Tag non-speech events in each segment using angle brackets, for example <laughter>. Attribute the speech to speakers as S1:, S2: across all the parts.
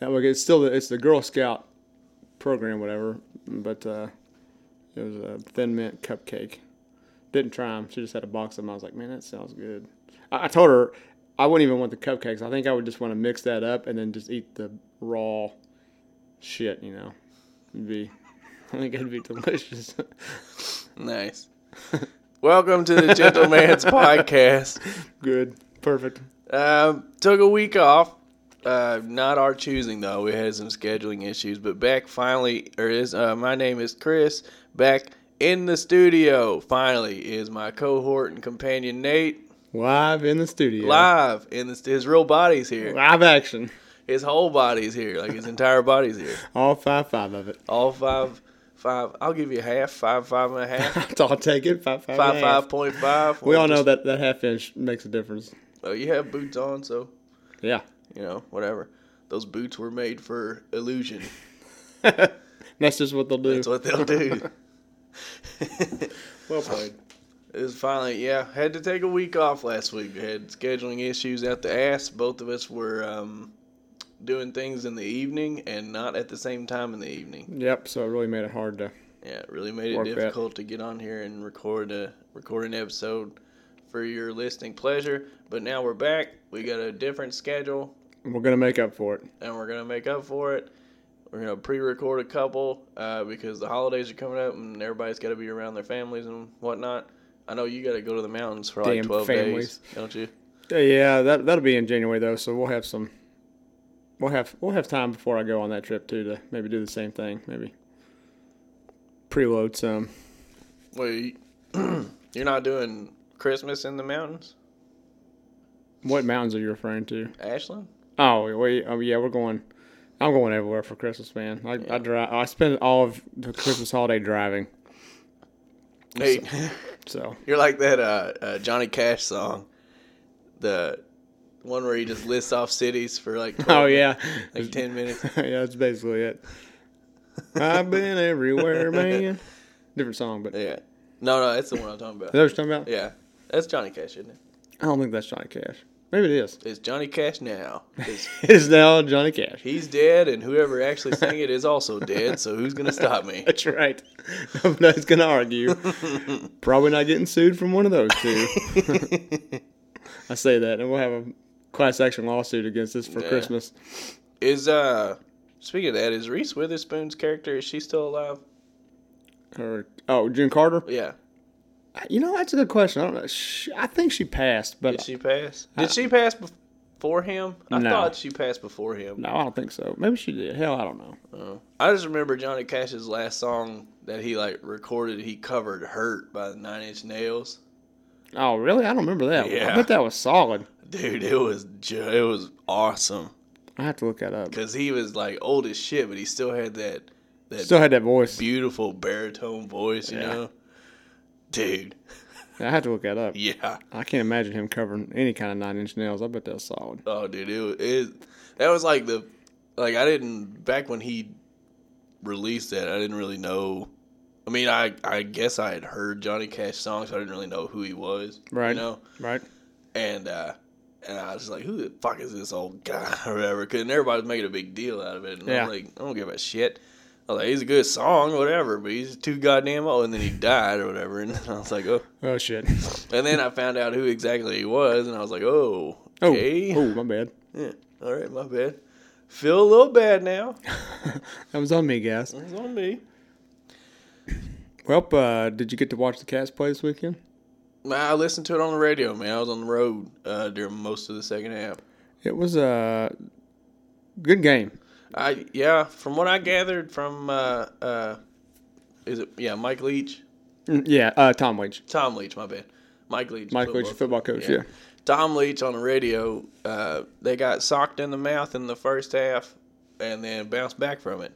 S1: network. It's still the, it's the Girl Scout program, whatever. But uh, it was a Thin Mint cupcake. Didn't try them. She just had a box of them. I was like, man, that sounds good. I, I told her I wouldn't even want the cupcakes. I think I would just want to mix that up and then just eat the raw shit. You know, it'd be. <laughs> I think it'd be delicious. <laughs>
S2: Nice. Welcome to the Gentleman's Podcast.
S1: good. Perfect.
S2: Um, took a week off. Uh, not our choosing though. We had some scheduling issues, but back finally or is uh, my name is Chris. Back in the studio finally is my cohort and companion Nate
S1: Live in the studio.
S2: live in this. His real body's here.
S1: Live action.
S2: His whole body's here. Like his entire body's here.
S1: All five five of it. <laughs>
S2: All five, five. I'll give you half. Five, five and
S1: <laughs>
S2: a half.
S1: I'll take it. Five five.
S2: Five, five point five.
S1: We all know that that half inch makes a difference.
S2: Oh, you have boots on, so
S1: Yeah.
S2: you know whatever. Those boots were made for illusion.
S1: <laughs> That's just what they'll do.
S2: That's what they'll do. <laughs>
S1: well played.
S2: It was finally, yeah. Had to take a week off last week. We had scheduling issues out the ass. Both of us were um, doing things in the evening and not at the same time in the evening.
S1: Yep. So it really made it hard to.
S2: Yeah, it really made it
S1: Work that.
S2: difficult to get on here and record a record an episode for your listening pleasure. But now we're back. We got a different schedule,
S1: We're gonna make up for it.
S2: and we're gonna make up for it. We're gonna pre-record a couple uh, because the holidays are coming up and everybody's got to be around their families and whatnot. I know you got to go to the mountains for like
S1: Damn
S2: twelve
S1: families.
S2: days, don't you?
S1: Uh, Yeah. That that'll be in January though. So we'll have some. We'll have we'll have time before I go on that trip too to maybe do the same thing. Maybe preload some.
S2: Wait, <clears throat> you're not doing Christmas in the mountains,
S1: What mountains are you referring to?
S2: Ashland?
S1: Oh, we, oh yeah, we're going. I'm going everywhere for Christmas, man. I, I drive. I spend all of the Christmas holiday driving. <laughs>
S2: Hey,
S1: So
S2: you're like that uh, uh, Johnny Cash song, the one where he just lists off cities for like 12,
S1: oh yeah,
S2: like ten minutes.
S1: <laughs> yeah, that's basically it. I've been everywhere, man. Different song, but is
S2: Yeah, no, no, that's the one I'm
S1: <laughs>
S2: talking about.
S1: that what you're talking about?
S2: Yeah, that's Johnny Cash, isn't it?
S1: I don't think that's Johnny Cash. Maybe it is. <laughs>
S2: It's Johnny Cash now. It's-
S1: It's now Johnny Cash.
S2: he's dead, and whoever actually sang it is also dead. So who's gonna
S1: <laughs>
S2: stop me?
S1: That's right. Nobody's gonna argue. Probably not getting sued from one of those two. I say that, and we'll have a class action lawsuit against us for
S2: Yeah.
S1: Christmas.
S2: Is uh, speaking of that, is Reese Witherspoon's character is she still alive?
S1: Or oh, June Carter.
S2: Yeah.
S1: You know, that's a good question. I don't know. She, I think she passed, but
S2: Did she pass? Did she pass bef- before him? I
S1: No.
S2: thought she passed before him.
S1: no, I don't think so. Maybe she did. Hell, I don't know.
S2: Oh. I just remember Johnny Cash's last song that he like recorded. He covered "Hurt" by the Nine Inch Nails.
S1: Oh, really? I don't remember that. one. I
S2: Yeah.
S1: bet that was solid.
S2: Dude, it was ju- it was awesome
S1: I have to look that up.
S2: because he was like old as shit, but he still had that that
S1: Still had that voice.
S2: beautiful baritone voice, you
S1: Yeah.
S2: know. Dude,
S1: I have to look that up.
S2: yeah.
S1: I can't imagine him covering any kind of nine inch nails. I bet that's solid.
S2: Oh, dude, it, was- it that was like the like I didn't back when he released that. I didn't really know. I mean, I I guess I had heard Johnny Cash songs. But I didn't really know who he was,
S1: Right.
S2: You know,
S1: Right?
S2: and uh, and I was like, who the fuck is this old guy <laughs> or whatever? Cause and everybody was making a big deal out of it, and
S1: Yeah.
S2: I'm like, I don't give a shit. I was like, he's a good song, whatever, but he's too goddamn old. And
S1: <laughs>
S2: then he died or whatever, and <laughs> I was like, oh.
S1: Oh, shit.
S2: And then I found out who exactly he was, and I was like, oh,
S1: Oh,
S2: okay.
S1: oh, my bad.
S2: Yeah. All right, my bad. Feel a little bad now.
S1: That was on me, guys.
S2: It's on me.
S1: Well, uh, did you get to watch the Cats play this weekend?
S2: I listened to it on the radio, man. I was on the road uh, during most of the second half.
S1: It was a good game.
S2: I yeah, from what I gathered from uh, uh, is it yeah Mike Leach,
S1: Mm, Yeah, uh, Tom Leach.
S2: Tom Leach, my bad, Mike Leach,
S1: Mike Leach, football coach, yeah.
S2: Tom Leach on the radio. Uh, they got socked in the mouth in the first half, and then bounced back from it.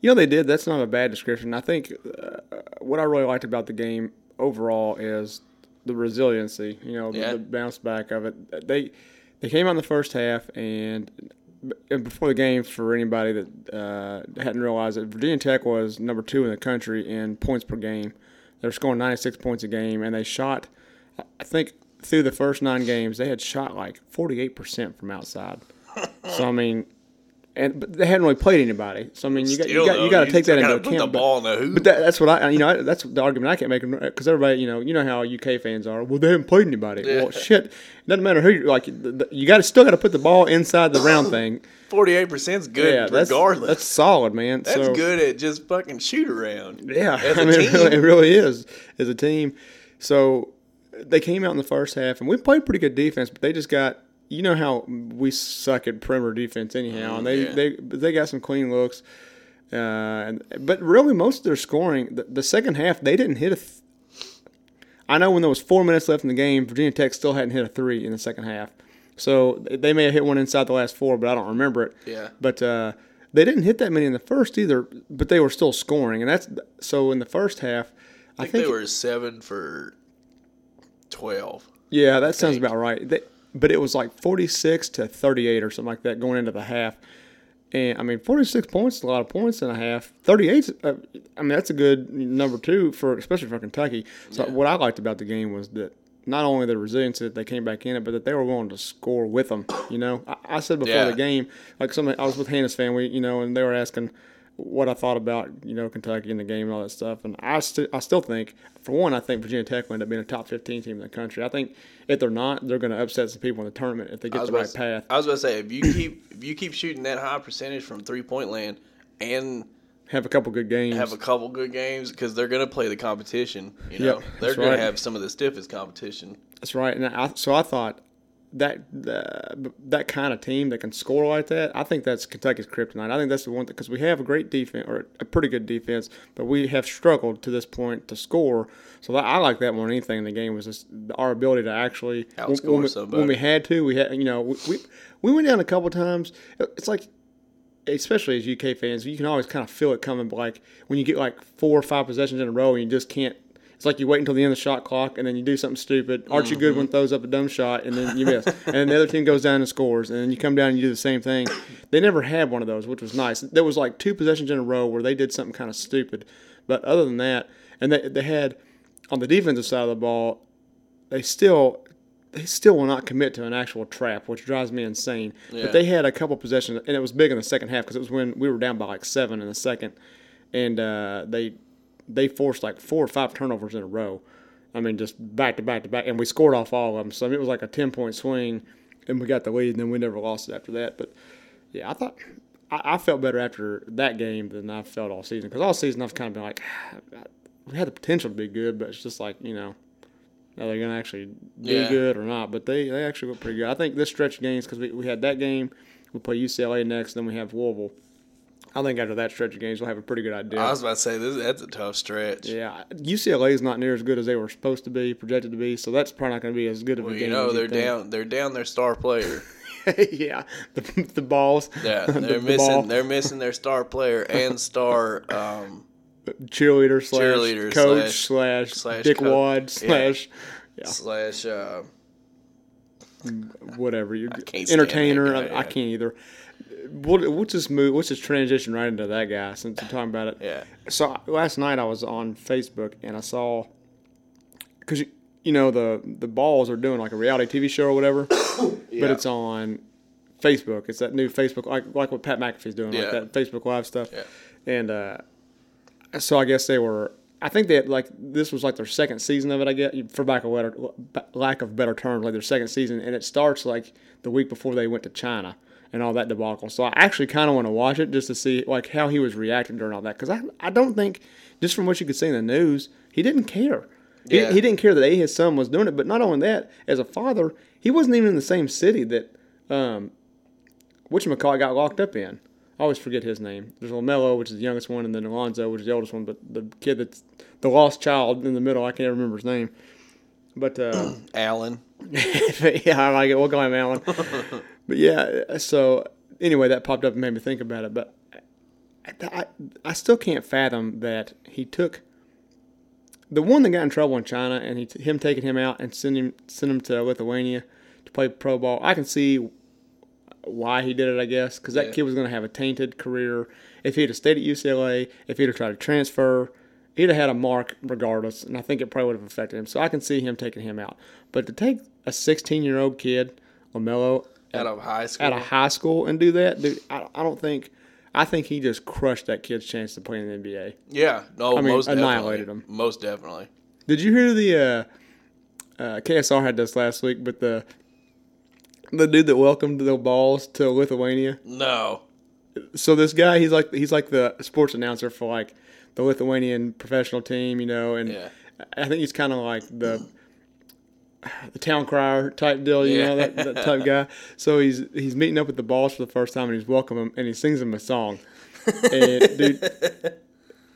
S1: You know, they did. That's not a bad description. I think uh, what I really liked about the game overall is the resiliency. You know,
S2: Yeah.
S1: the, the bounce back of it. They they came out in the first half, and, and before the game, for anybody that uh, hadn't realized it, Virginia Tech was number two in the country in points per game. They were scoring 96 points a game, and they shot. I- I think through the first nine games, they had shot like 48% from outside. So I mean, and but they hadn't really played anybody. So I mean, you got you got, you got to take that into
S2: gotta Put
S1: account. but-
S2: the ball in the hoop.
S1: But that, that's what I, you know, I- that's the argument I can't make because everybody, you know, you know how UK fans are. Well, they haven't played anybody.
S2: Yeah.
S1: Well, shit, it doesn't matter who you like. th- th- You got to still got to put the ball inside the round
S2: <laughs>
S1: thing.
S2: Forty-eight percent's good,
S1: Yeah, that's
S2: regardless.
S1: that's solid, man.
S2: That's
S1: so,
S2: good at just fucking shoot around.
S1: Yeah,
S2: As
S1: <laughs>
S2: a
S1: I mean, It, really, it
S2: team.
S1: really is as a team. So they came out in the first half, and we played pretty good defense, but they just got you know how we suck at perimeter defense anyhow, and they
S2: Mm, yeah.
S1: they but they got some clean looks. Uh, and, but really, most of their scoring the, the second half they didn't hit a. Th- I know when there was four minutes left in the game, Virginia Tech still hadn't hit a three in the second half, so they may have hit one inside the last four, but I don't remember it.
S2: Yeah.
S1: But uh, they didn't hit that many in the first either, but they were still scoring, and that's so in the first half. I
S2: I
S1: think,
S2: think they were seven for twelve.
S1: yeah, that sounds about right. They, but it was like forty six to thirty eight or something like that going into the half, and I mean forty six points is a lot of points in a half. Thirty eight, uh, I mean that's a good number two for especially for Kentucky. So what I liked about the game was that. Not only the resilience that they came back in it, but that they were willing to score with them. You know, I, I said before
S2: Yeah.
S1: the game, like somebody, I was with Hannah's family, you know, and they were asking what I thought about, you know, Kentucky in the game and all that stuff. And I, st- I still think, for one, I think Virginia Tech will end up being a top 15 team in the country. I think if they're not, they're going to upset some people in the tournament if they
S2: I
S1: get
S2: was
S1: the
S2: about
S1: right
S2: to-
S1: path.
S2: I was about to say if you keep if you keep shooting that high percentage from three point land and
S1: Have a couple good games.
S2: have a couple good games because they're gonna play the competition. You know,
S1: Yep,
S2: they're
S1: that's
S2: gonna
S1: right.
S2: have some of the stiffest competition.
S1: That's right. And I, so I thought that uh, that kind of team that can score like that, I think that's Kentucky's kryptonite. I think that's the one because we have a great defense or a pretty good defense, but we have struggled to this point to score. So that, I like that more than anything in the game was just our ability to actually when-
S2: Outscore
S1: when, we,
S2: somebody.
S1: when we had to, we had you know we we, we went down a couple times. It's like especially as UK fans, you can always kind of feel it coming. But like when you get like four or five possessions in a row and you just can't. It's like you wait until the end of the shot clock and then you do something stupid. Archie Goodwin throws up a dumb shot and then you miss, and then the other team goes down and scores, and then you come down and you do the same thing. They never had one of those, which was nice. There was like two possessions in a row where they did something kind of stupid, but other than that, and they they had on the defensive side of the ball, they still they still will not commit to an actual trap, which drives me insane.
S2: Yeah.
S1: But they had a couple possessions, and it was big in the second half because it was when we were down by like seven in the second, and uh, they they forced like four or five turnovers in a row. I mean, just back to back to back, and we scored off all of them. So I mean, it was like a ten point swing, and we got the lead, and then we never lost it after that. But yeah, I thought I, I felt better after that game than I felt all season because all season I've kind of been like, "Ah, we had the potential to be good, but it's just like you know, are they going to actually do
S2: Yeah.
S1: good or not? But they, they actually look pretty good. I think this stretch of games because we, we had that game, we play UCLA next, then we have Louisville. I think after that stretch of games, we'll have a pretty good idea.
S2: I was about to say this that's a tough stretch.
S1: yeah, UCLA is not near as good as they were supposed to be, projected to be. So that's probably not going to be as good of a
S2: Well,
S1: game.
S2: you know
S1: as
S2: they're
S1: think.
S2: down they're down their star player.
S1: <laughs> yeah, the, the balls. <laughs>
S2: Yeah,
S1: the-
S2: they're
S1: the ball.
S2: missing they're missing their star player and star um,
S1: cheerleader slash
S2: Cheerleader
S1: coach slash,
S2: slash- slash
S1: dickwad
S2: coach. Yeah.
S1: slash
S2: slash. Uh,
S1: whatever you
S2: can't stand that
S1: entertainer.
S2: guy,
S1: I, I
S2: yeah.
S1: can't either. We'll, we'll just move. Let's just transition right into that guy since we're talking about it.
S2: Yeah.
S1: So last night I was on Facebook and I saw because you, you know the the balls are doing like a reality TV show or
S2: <coughs>
S1: whatever, but it's on Facebook. It's that new Facebook like like what Pat McAfee's doing
S2: Yeah.
S1: like that Facebook Live stuff.
S2: Yeah.
S1: And uh, so I guess they were. I think they had, like this was like their second season of it. I guess for lack of better lack of better terms, like their second season, and it starts like the week before they went to China and all that debacle. So I actually kind of want to watch it just to see like how he was reacting during all that because I I don't think just from what you could see in the news he didn't care. He-
S2: Yeah.
S1: He, didn't care that a his son was doing it, but not only that, as a father, he wasn't even in the same city that um, which McCall got locked up in. I always forget his name. There's Lamelo, which is the youngest one, and then Alonzo, which is the oldest one. But the kid that's the lost child in the middle, I can't remember his name. But uh, <laughs>
S2: Allen.
S1: yeah, I like it. We'll call him Alan. but yeah, so anyway, that popped up and made me think about it. But I, I, I still can't fathom that he took the one that got in trouble in China and he, him taking him out and sending him, send him to Lithuania to play pro ball. I can see why he did it, I guess, because that
S2: Yeah.
S1: kid was going to have a tainted career. If he'd have stayed at UCLA, if he'd have tried to transfer, he'd have had a mark regardless, and I think it probably would have affected him. So I can see him taking him out. But to take a 16 year old kid, LaMelo,
S2: out of high school.
S1: out of high school and do that, dude, I, I don't think. I think he just crushed that kid's chance to play in the NBA.
S2: yeah, no,
S1: I mean,
S2: most
S1: annihilated
S2: definitely.
S1: 'em.
S2: Most definitely.
S1: Did you hear the uh, uh, KSR had this last week? But the the dude that welcomed the balls to Lithuania.
S2: No,
S1: So this guy, he's like he's like the sports announcer for like the Lithuanian professional team, you know, and
S2: Yeah.
S1: I think he's kind of like the the town crier type deal, you know,
S2: Yeah.
S1: that, that type guy. So he's he's meeting up with the balls for the first time, and he's welcoming him, and he sings him a song. And dude,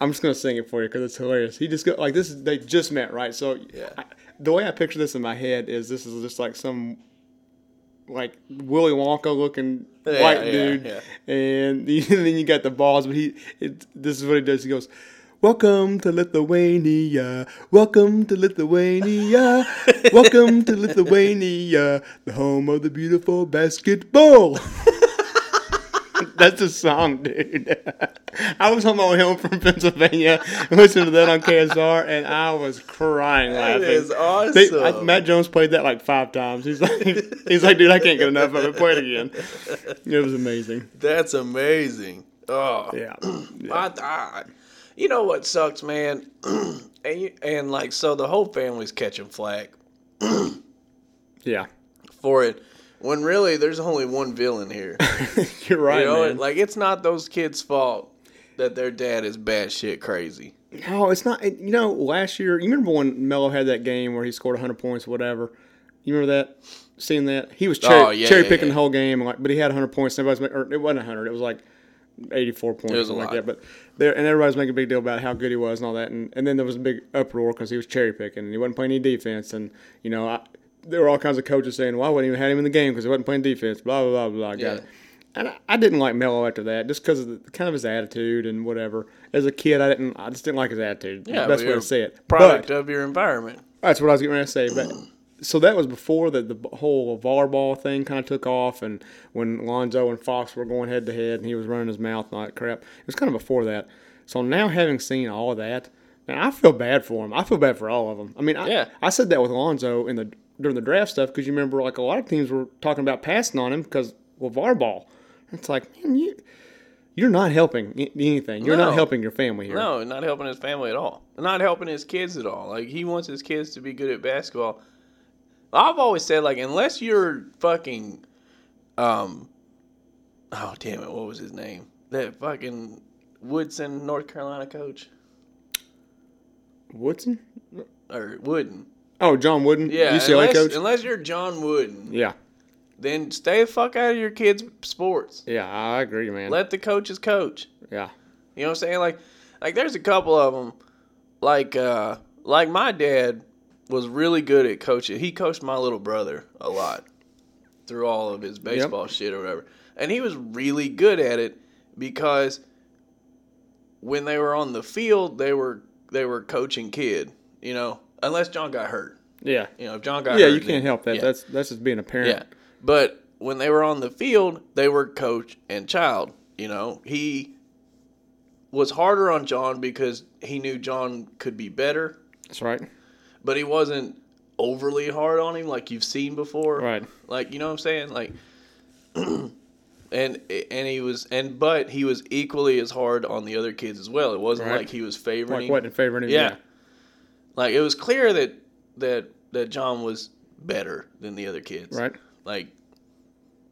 S1: I'm just gonna sing it for you because it's hilarious. He just go like this. Is, they just met, right? So
S2: Yeah.
S1: I, the way I picture this in my head is this is just like some like Willy Wonka looking
S2: Yeah,
S1: white
S2: yeah,
S1: dude,
S2: yeah.
S1: and, <laughs> you- then you got the balls. But he, it, this is what he does. He goes. Welcome to Lithuania. Welcome to Lithuania.
S2: <laughs>
S1: Welcome to Lithuania, the home of the beautiful basketball. That's a song, dude. I was on my way home from Pennsylvania listening to that on KSR, and I was crying
S2: that
S1: laughing.
S2: is awesome.
S1: They- I- Matt Jones played that like five times. He's like, he's like, dude, I can't get enough of it. Play it again. It was amazing.
S2: That's amazing. Oh,
S1: Yeah.
S2: <clears throat> I, I, you know what sucks, man? <clears throat> and, you, and like, so the whole family's catching flack
S1: Yeah. <laughs>
S2: for it when really there's only one
S1: <laughs>
S2: villain here.
S1: You're right,
S2: You know,
S1: man.
S2: like it's not those kids' fault that their dad is batshit crazy.
S1: No, Oh, it's not. and, You know, last year, you remember when Melo had that game where he scored 100 points, or whatever. You remember that? Seeing that he was cherry,
S2: Oh, yeah,
S1: cherry
S2: yeah,
S1: picking
S2: yeah.
S1: the whole game, and like, but he had 100 points. And everybody's making, or it wasn't 100. It was like 84 points,
S2: was a
S1: something like
S2: lot.
S1: that. But there, and everybody's making a big deal about how good he was and all that. And, and then there was a big uproar because he was cherry picking and he wasn't playing any defense. And you know, I, there were all kinds of coaches saying, "Why wouldn't even had him in the game because he wasn't playing defense?" Blah blah blah blah.
S2: Yeah.
S1: Yeah. And I, I didn't like Melo after that, just because of the, kind of his attitude and whatever. As a kid, I didn't, I just didn't like his attitude.
S2: Yeah,
S1: That's
S2: but
S1: way
S2: you're
S1: to say it.
S2: Product
S1: But
S2: of your environment.
S1: that's what I was getting ready to say. But so that was before that the b- whole VAR ball thing kind of took off, and when Lonzo and Fox were going head to head, and he was running his mouth and all that crap. It was kind of before that. So now having seen all of that, now I feel bad for him. I feel bad for all of them. I mean, I,
S2: Yeah.
S1: I said that with Lonzo in the during the draft stuff because you remember like a lot of teams were talking about passing on him because well VAR ball. It's like man, you. You're not helping i- anything. You're
S2: No.
S1: not helping your family here.
S2: No, not helping his family at all. Not helping his kids at all. Like he wants his kids to be good at basketball. I've always said like unless you're fucking um oh damn it, what was his name? That fucking Woodson North Carolina coach
S1: Woodson?
S2: or Wooden.
S1: Oh, John Wooden,
S2: Yeah,
S1: UCLA
S2: unless,
S1: coach.
S2: unless you're John Wooden,
S1: Yeah,
S2: then stay the fuck out of your kids' sports.
S1: yeah, I agree, man.
S2: Let the coaches coach.
S1: yeah,
S2: You know what I'm saying? Like, like there's a couple of them. Like, uh, like my dad was really good at coaching. He coached my little brother a lot through all of his baseball shit or whatever, and he was really good at it because when they were on the field, they were they were coaching kid. You know, unless John got hurt.
S1: yeah,
S2: You know, if John got
S1: yeah.
S2: hurt,
S1: You can't
S2: then-
S1: help that.
S2: yeah.
S1: That's that's just being a
S2: Yeah.
S1: parent.
S2: But when they were on the field, they were coach and child. You know, he was harder on John because he knew John could be better,
S1: That's right.
S2: but he wasn't overly hard on him like you've seen before.
S1: Right.
S2: Like, you know what I'm saying? Like <clears throat> and and he was and but he was equally as hard on the other kids as well. It wasn't
S1: Right.
S2: like he was favoring
S1: Like what in favor of
S2: yeah. Like it was clear that that that John was better than the other kids.
S1: Right.
S2: Like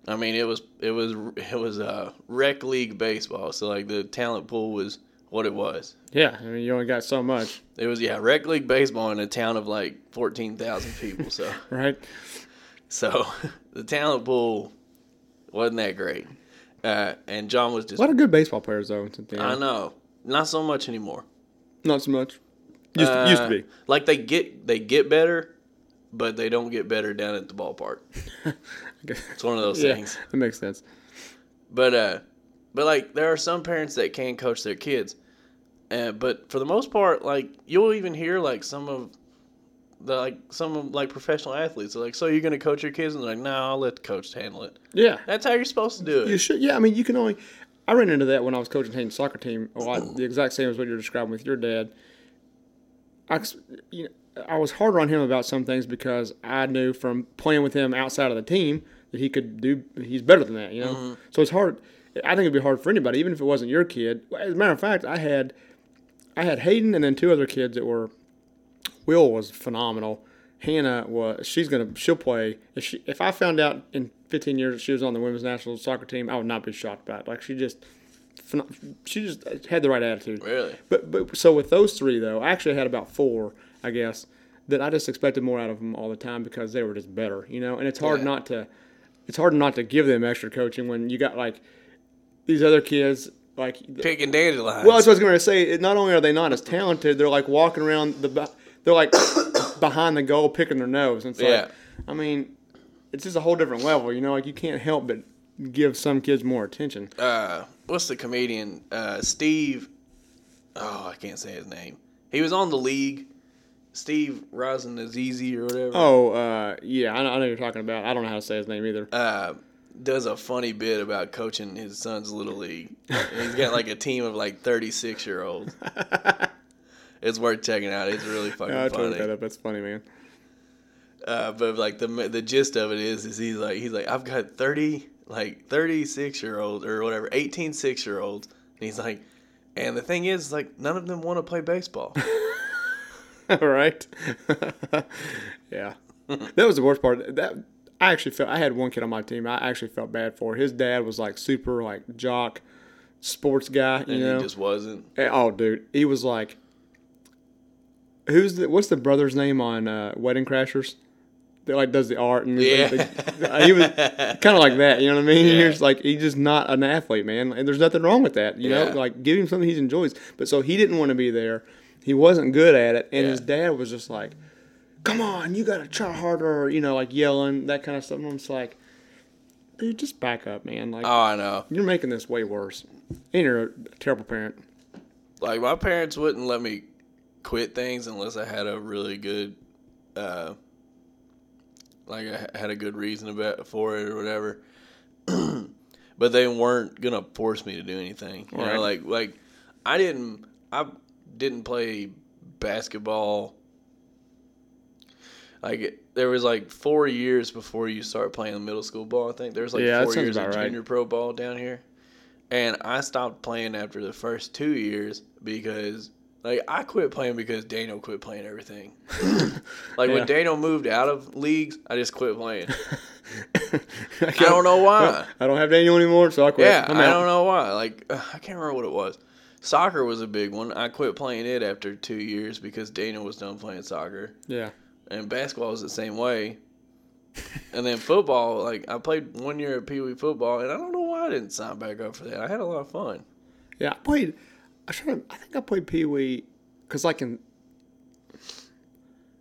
S2: I mean it was it was it was uh rec league baseball. So like the talent pool was what it was.
S1: Yeah. I mean, you only got so much,
S2: It was yeah, rec league baseball in a town of like 14,000 people. So <laughs>
S1: right?
S2: so <laughs> the talent pool wasn't that great. Uh and John was
S1: A
S2: just
S1: lot of good baseball players though. since then.
S2: I know, not so much anymore.
S1: Not so much. Used,
S2: Uh,
S1: used to be.
S2: Like they get they get better, but they don't get better down at the ballpark.
S1: <laughs>
S2: It's one of those
S1: Uh, yeah,
S2: things.
S1: that makes sense.
S2: But uh, but like there are some parents that can coach their kids, uh, but for the most part, like you'll even hear like some of the like some of like professional athletes are like, so you're gonna coach your kids, and they're like, no, I'll let the coach handle it.
S1: Yeah.
S2: That's how you're supposed to do it.
S1: You should. Yeah, I mean, you can only. I ran into that when I was coaching Hayden's soccer team a lot. The exact same as what you're describing with your dad. I, ex- you know, I was harder on him about some things because I knew from playing with him outside of the team that he could do. He's better than that, you know. So it's hard. I think it'd be hard for anybody, even if it wasn't your kid. As a matter of fact, I had, I had Hayden and then two other kids that were. Will was phenomenal. Hannah was. She's gonna. She'll play. If she. If I found out in 15 years that she was on the women's national soccer team, I would not be shocked by it. Like she just. phenom- She just had the right attitude.
S2: Really?
S1: But but so with those three though, I actually had about four, I guess, that I just expected more out of them all the time because they were just better, you know. And it's hard
S2: Yeah.
S1: not to, it's hard not to give them extra coaching when you got like these other kids like.
S2: Picking dandelions.
S1: Well, that's what I was going to say. It- Not only are they not as talented, they're like walking around the, ba- they're like <coughs> behind the goal picking their nose. And it's
S2: Yeah.
S1: like, I mean, it's just a whole different level, you know. Like you can't help but give some kids more attention.
S2: uh, what's the comedian? Uh, Steve. Oh, I can't say his name. He was on the league. Steve Rosin Azizi or whatever.
S1: Oh, uh, yeah, I know, I know you're talking about. I don't know how to say his name either.
S2: Uh, does a funny bit about coaching his son's little league. He's got like a team of like 36
S1: <laughs>
S2: year olds. it's worth checking out. It's really fucking
S1: I totally that
S2: funny.
S1: up. That's funny, man. <laughs>
S2: Uh, but like the the gist of it is, is he's like he's like I've got 30 like 36 year olds or whatever 18 6 year olds, and he's like, and the thing is like none of them want to play baseball.
S1: All right. <laughs>
S2: <laughs>
S1: yeah. That was the worst part. That I actually felt I had one kid on my team. I actually felt bad for. His dad was like super like jock sports guy, you
S2: and
S1: know.
S2: he just wasn't.
S1: Eh, oh dude, he was like Who's the what's the brother's name on uh, Wedding Crashers? That like does the art and uh,
S2: Yeah.
S1: he
S2: <laughs>
S1: was kind of like that, you know what I mean?
S2: Yeah.
S1: He's like he's just not an athlete, man, and there's nothing wrong with that, you know.
S2: Yeah.
S1: Like give him something he enjoys. But so he didn't want to be there. He wasn't good at it, and
S2: Yeah.
S1: his dad was just like, "Come on, you gotta try harder," you know, like yelling that kind of stuff. And I'm just like, dude, just back up, man. Like
S2: Oh, I know.
S1: you're making this way worse, and you're a terrible parent.
S2: Like my parents wouldn't let me quit things unless I had a really good, uh, like I had a good reason about for it or whatever. <clears throat> but they weren't gonna force me to do anything. You
S1: Right.
S2: know, like like I didn't I didn't play basketball. Like it- there was like four years before you start playing middle school ball. I think there was like
S1: Yeah, that
S2: four
S1: sounds
S2: years of
S1: about right.
S2: junior pro ball down here, and I stopped playing after the first two years because like I quit playing because Daniel quit playing everything.
S1: <laughs>
S2: like
S1: Yeah.
S2: when Daniel moved out of leagues, I just
S1: <laughs>
S2: quit playing.
S1: I
S2: don't know why.
S1: Well, I don't have Daniel anymore, so I quit.
S2: Yeah,
S1: I'm
S2: I
S1: out.
S2: don't know why. Like <sighs> uh, I can't remember what it was. Soccer was a big one. I quit playing it after two years because Daniel was done playing soccer,
S1: Yeah,
S2: and basketball was the same way. and then football, like I played one year of Pee Wee football, and I don't know why I didn't sign back up for that. I had a lot of fun.
S1: yeah. I played. I trying to, I think I played Pee Wee because like in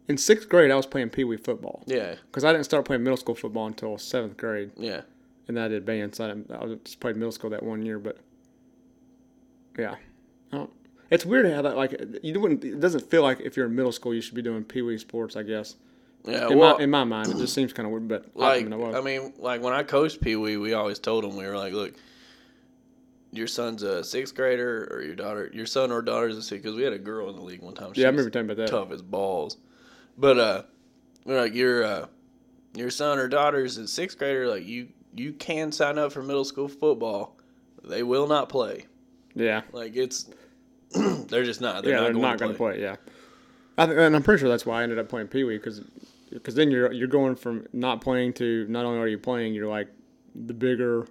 S1: in sixth grade I was playing Pee Wee football
S2: Yeah,
S1: because I didn't start playing middle school football until seventh grade,
S2: yeah.
S1: and then I did band, so I, didn't, I was- just played middle school that one year. But yeah, I don't, it's weird how that like you wouldn't. It doesn't feel like if you're in middle school you should be doing Pee Wee sports. I guess
S2: Yeah,
S1: in,
S2: well,
S1: my, in my mind it just seems kind of weird, but I
S2: like
S1: don't even know
S2: I mean, like when I coached Pee Wee, we always told him we were like, look, your son's a sixth grader or your daughter, your son or daughter's a sixth. Because we had a girl in the league one time. She
S1: yeah, I
S2: was
S1: remember talking about that.
S2: tough as balls. But uh, we're like your uh, your son or daughter's in sixth grader. Like you, you can sign up for middle school football. They will not play.
S1: Yeah.
S2: Like it's, <clears throat> they're just not. They're
S1: yeah,
S2: not
S1: they're
S2: going
S1: not
S2: to
S1: going
S2: play.
S1: to play. Yeah, I th- and I'm pretty sure that's why I ended up playing Pee Wee because then you're you're going from not playing to not only are you playing, you're like the bigger,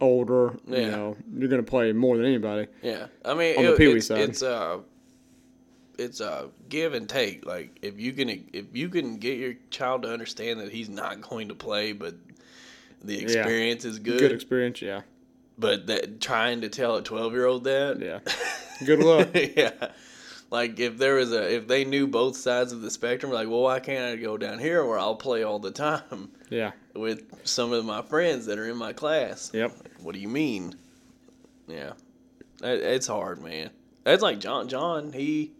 S1: older. You
S2: Yeah.
S1: know, you're going to play more than anybody.
S2: Yeah, I mean,
S1: On the
S2: it-
S1: Pee Wee
S2: it's,
S1: side.
S2: it's uh, it's uh, give and take. Like if you can if you can get your child to understand that he's not going to play, but the experience is good.
S1: Good, experience. Yeah,
S2: But that trying to tell a twelve year old that,
S1: yeah. Good <laughs> luck.
S2: <laughs> yeah. Like if there was a if they knew both sides of the spectrum, like well, why can't I go down here where I'll play all the time <laughs>
S1: Yeah.
S2: with some of my friends that are in my class?
S1: Yep.
S2: What do you mean? Yeah, It- it's hard, man. That's like John. John, he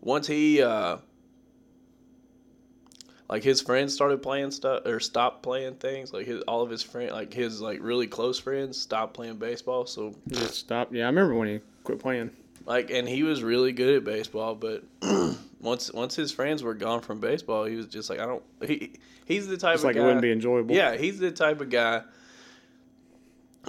S2: once he uh like his friends started playing stuff or stopped playing things. Like his all of his friend, like his like really close friends, stopped playing baseball. So
S1: Just stop. Yeah, I remember when he quit playing.
S2: like, and he was really good at baseball, but <clears throat> Once once his friends were gone from baseball, he was just like, I don't. He he's the type
S1: It's
S2: of
S1: like
S2: guy.
S1: it wouldn't be enjoyable.
S2: Yeah, he's the type of guy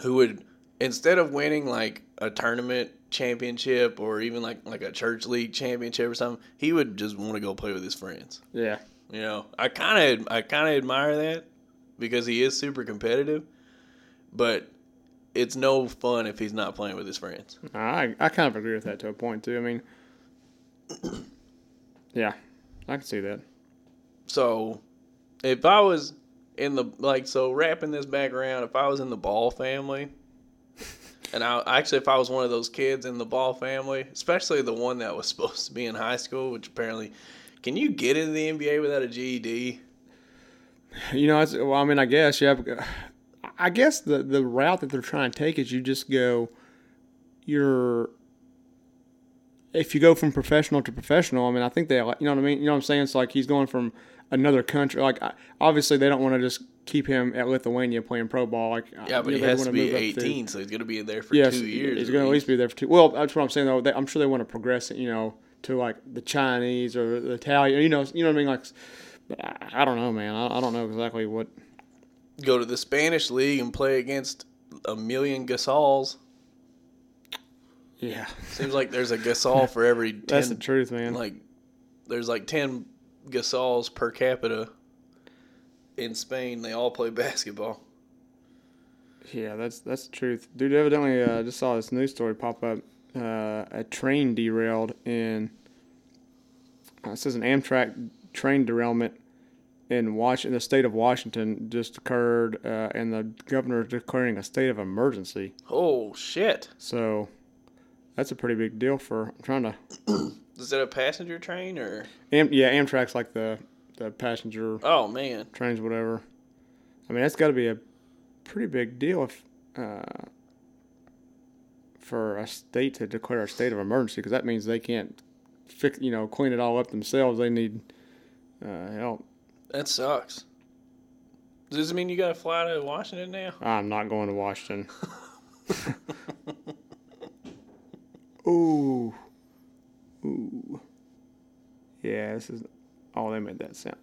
S2: who would instead of winning like a tournament championship or even like like a church league championship or something, he would just want to go play with his friends.
S1: Yeah.
S2: You know, I kind of I kind of admire that because he is super competitive, but it's no fun if he's not playing with his friends.
S1: I I kind of agree with that to a point too. I mean, <clears throat> yeah, I can see that.
S2: So, if I was in the like, so wrapping this back around, if I was in the
S1: <laughs>
S2: Ball family, and I actually, if I was one of those kids in the Ball family, especially the one that was <laughs> supposed to be in high school, which apparently, can you get into the NBA without a E GED?
S1: You know, it's, well, I mean, I guess you have. I guess the the route that they're trying to take is you just go. You're. If you go from professional to professional, I mean, I think they, you know what I mean. You know what I'm saying? It's like he's going from another country. Like, I- obviously, they don't want to just keep him at Lithuania playing pro ball. Like,
S2: Yeah, but
S1: you
S2: he
S1: know, they
S2: has
S1: wanna
S2: to be
S1: move up
S2: 18, so he's gonna be in there for
S1: Yes,
S2: two years.
S1: He's going to at least be there for two. Well, that's what I'm saying though. They, I'm sure they want to progress it, you know, to like the Chinese or the Italian. You know, you know what I mean. Like, I- I don't know, man. I, I don't know exactly what.
S2: go to the Spanish league and play against a million Gasols.
S1: Yeah,
S2: Seems like there's a Gasol for every ten
S1: <laughs> that's the truth, man.
S2: like there's like 10 Gasols per capita in Spain. They all play <laughs> basketball.
S1: yeah, that's that's the truth, dude. Evidently, uh, just saw this news story pop up. Uh, a train derailed in. Uh, it says an Amtrak train derailment in Wash in the state of Washington just occurred, uh, and the governor is declaring a state of emergency.
S2: Oh shit.
S1: So that's a pretty big deal for I'm trying to.
S2: Is that a passenger train or
S1: Am, yeah, Amtrak's like the the passenger
S2: Oh man.
S1: trains, whatever. I mean, that's got to be a pretty big deal if uh, for a state to declare a state of emergency because that means they can't fix you know clean it all up themselves. They need uh, help.
S2: That sucks. Does this mean you gotta fly to Washington <laughs> now?
S1: I'm not going to
S2: <laughs>
S1: Washington. Ooh. Ooh. Yeah, this is. Oh, they made that sound.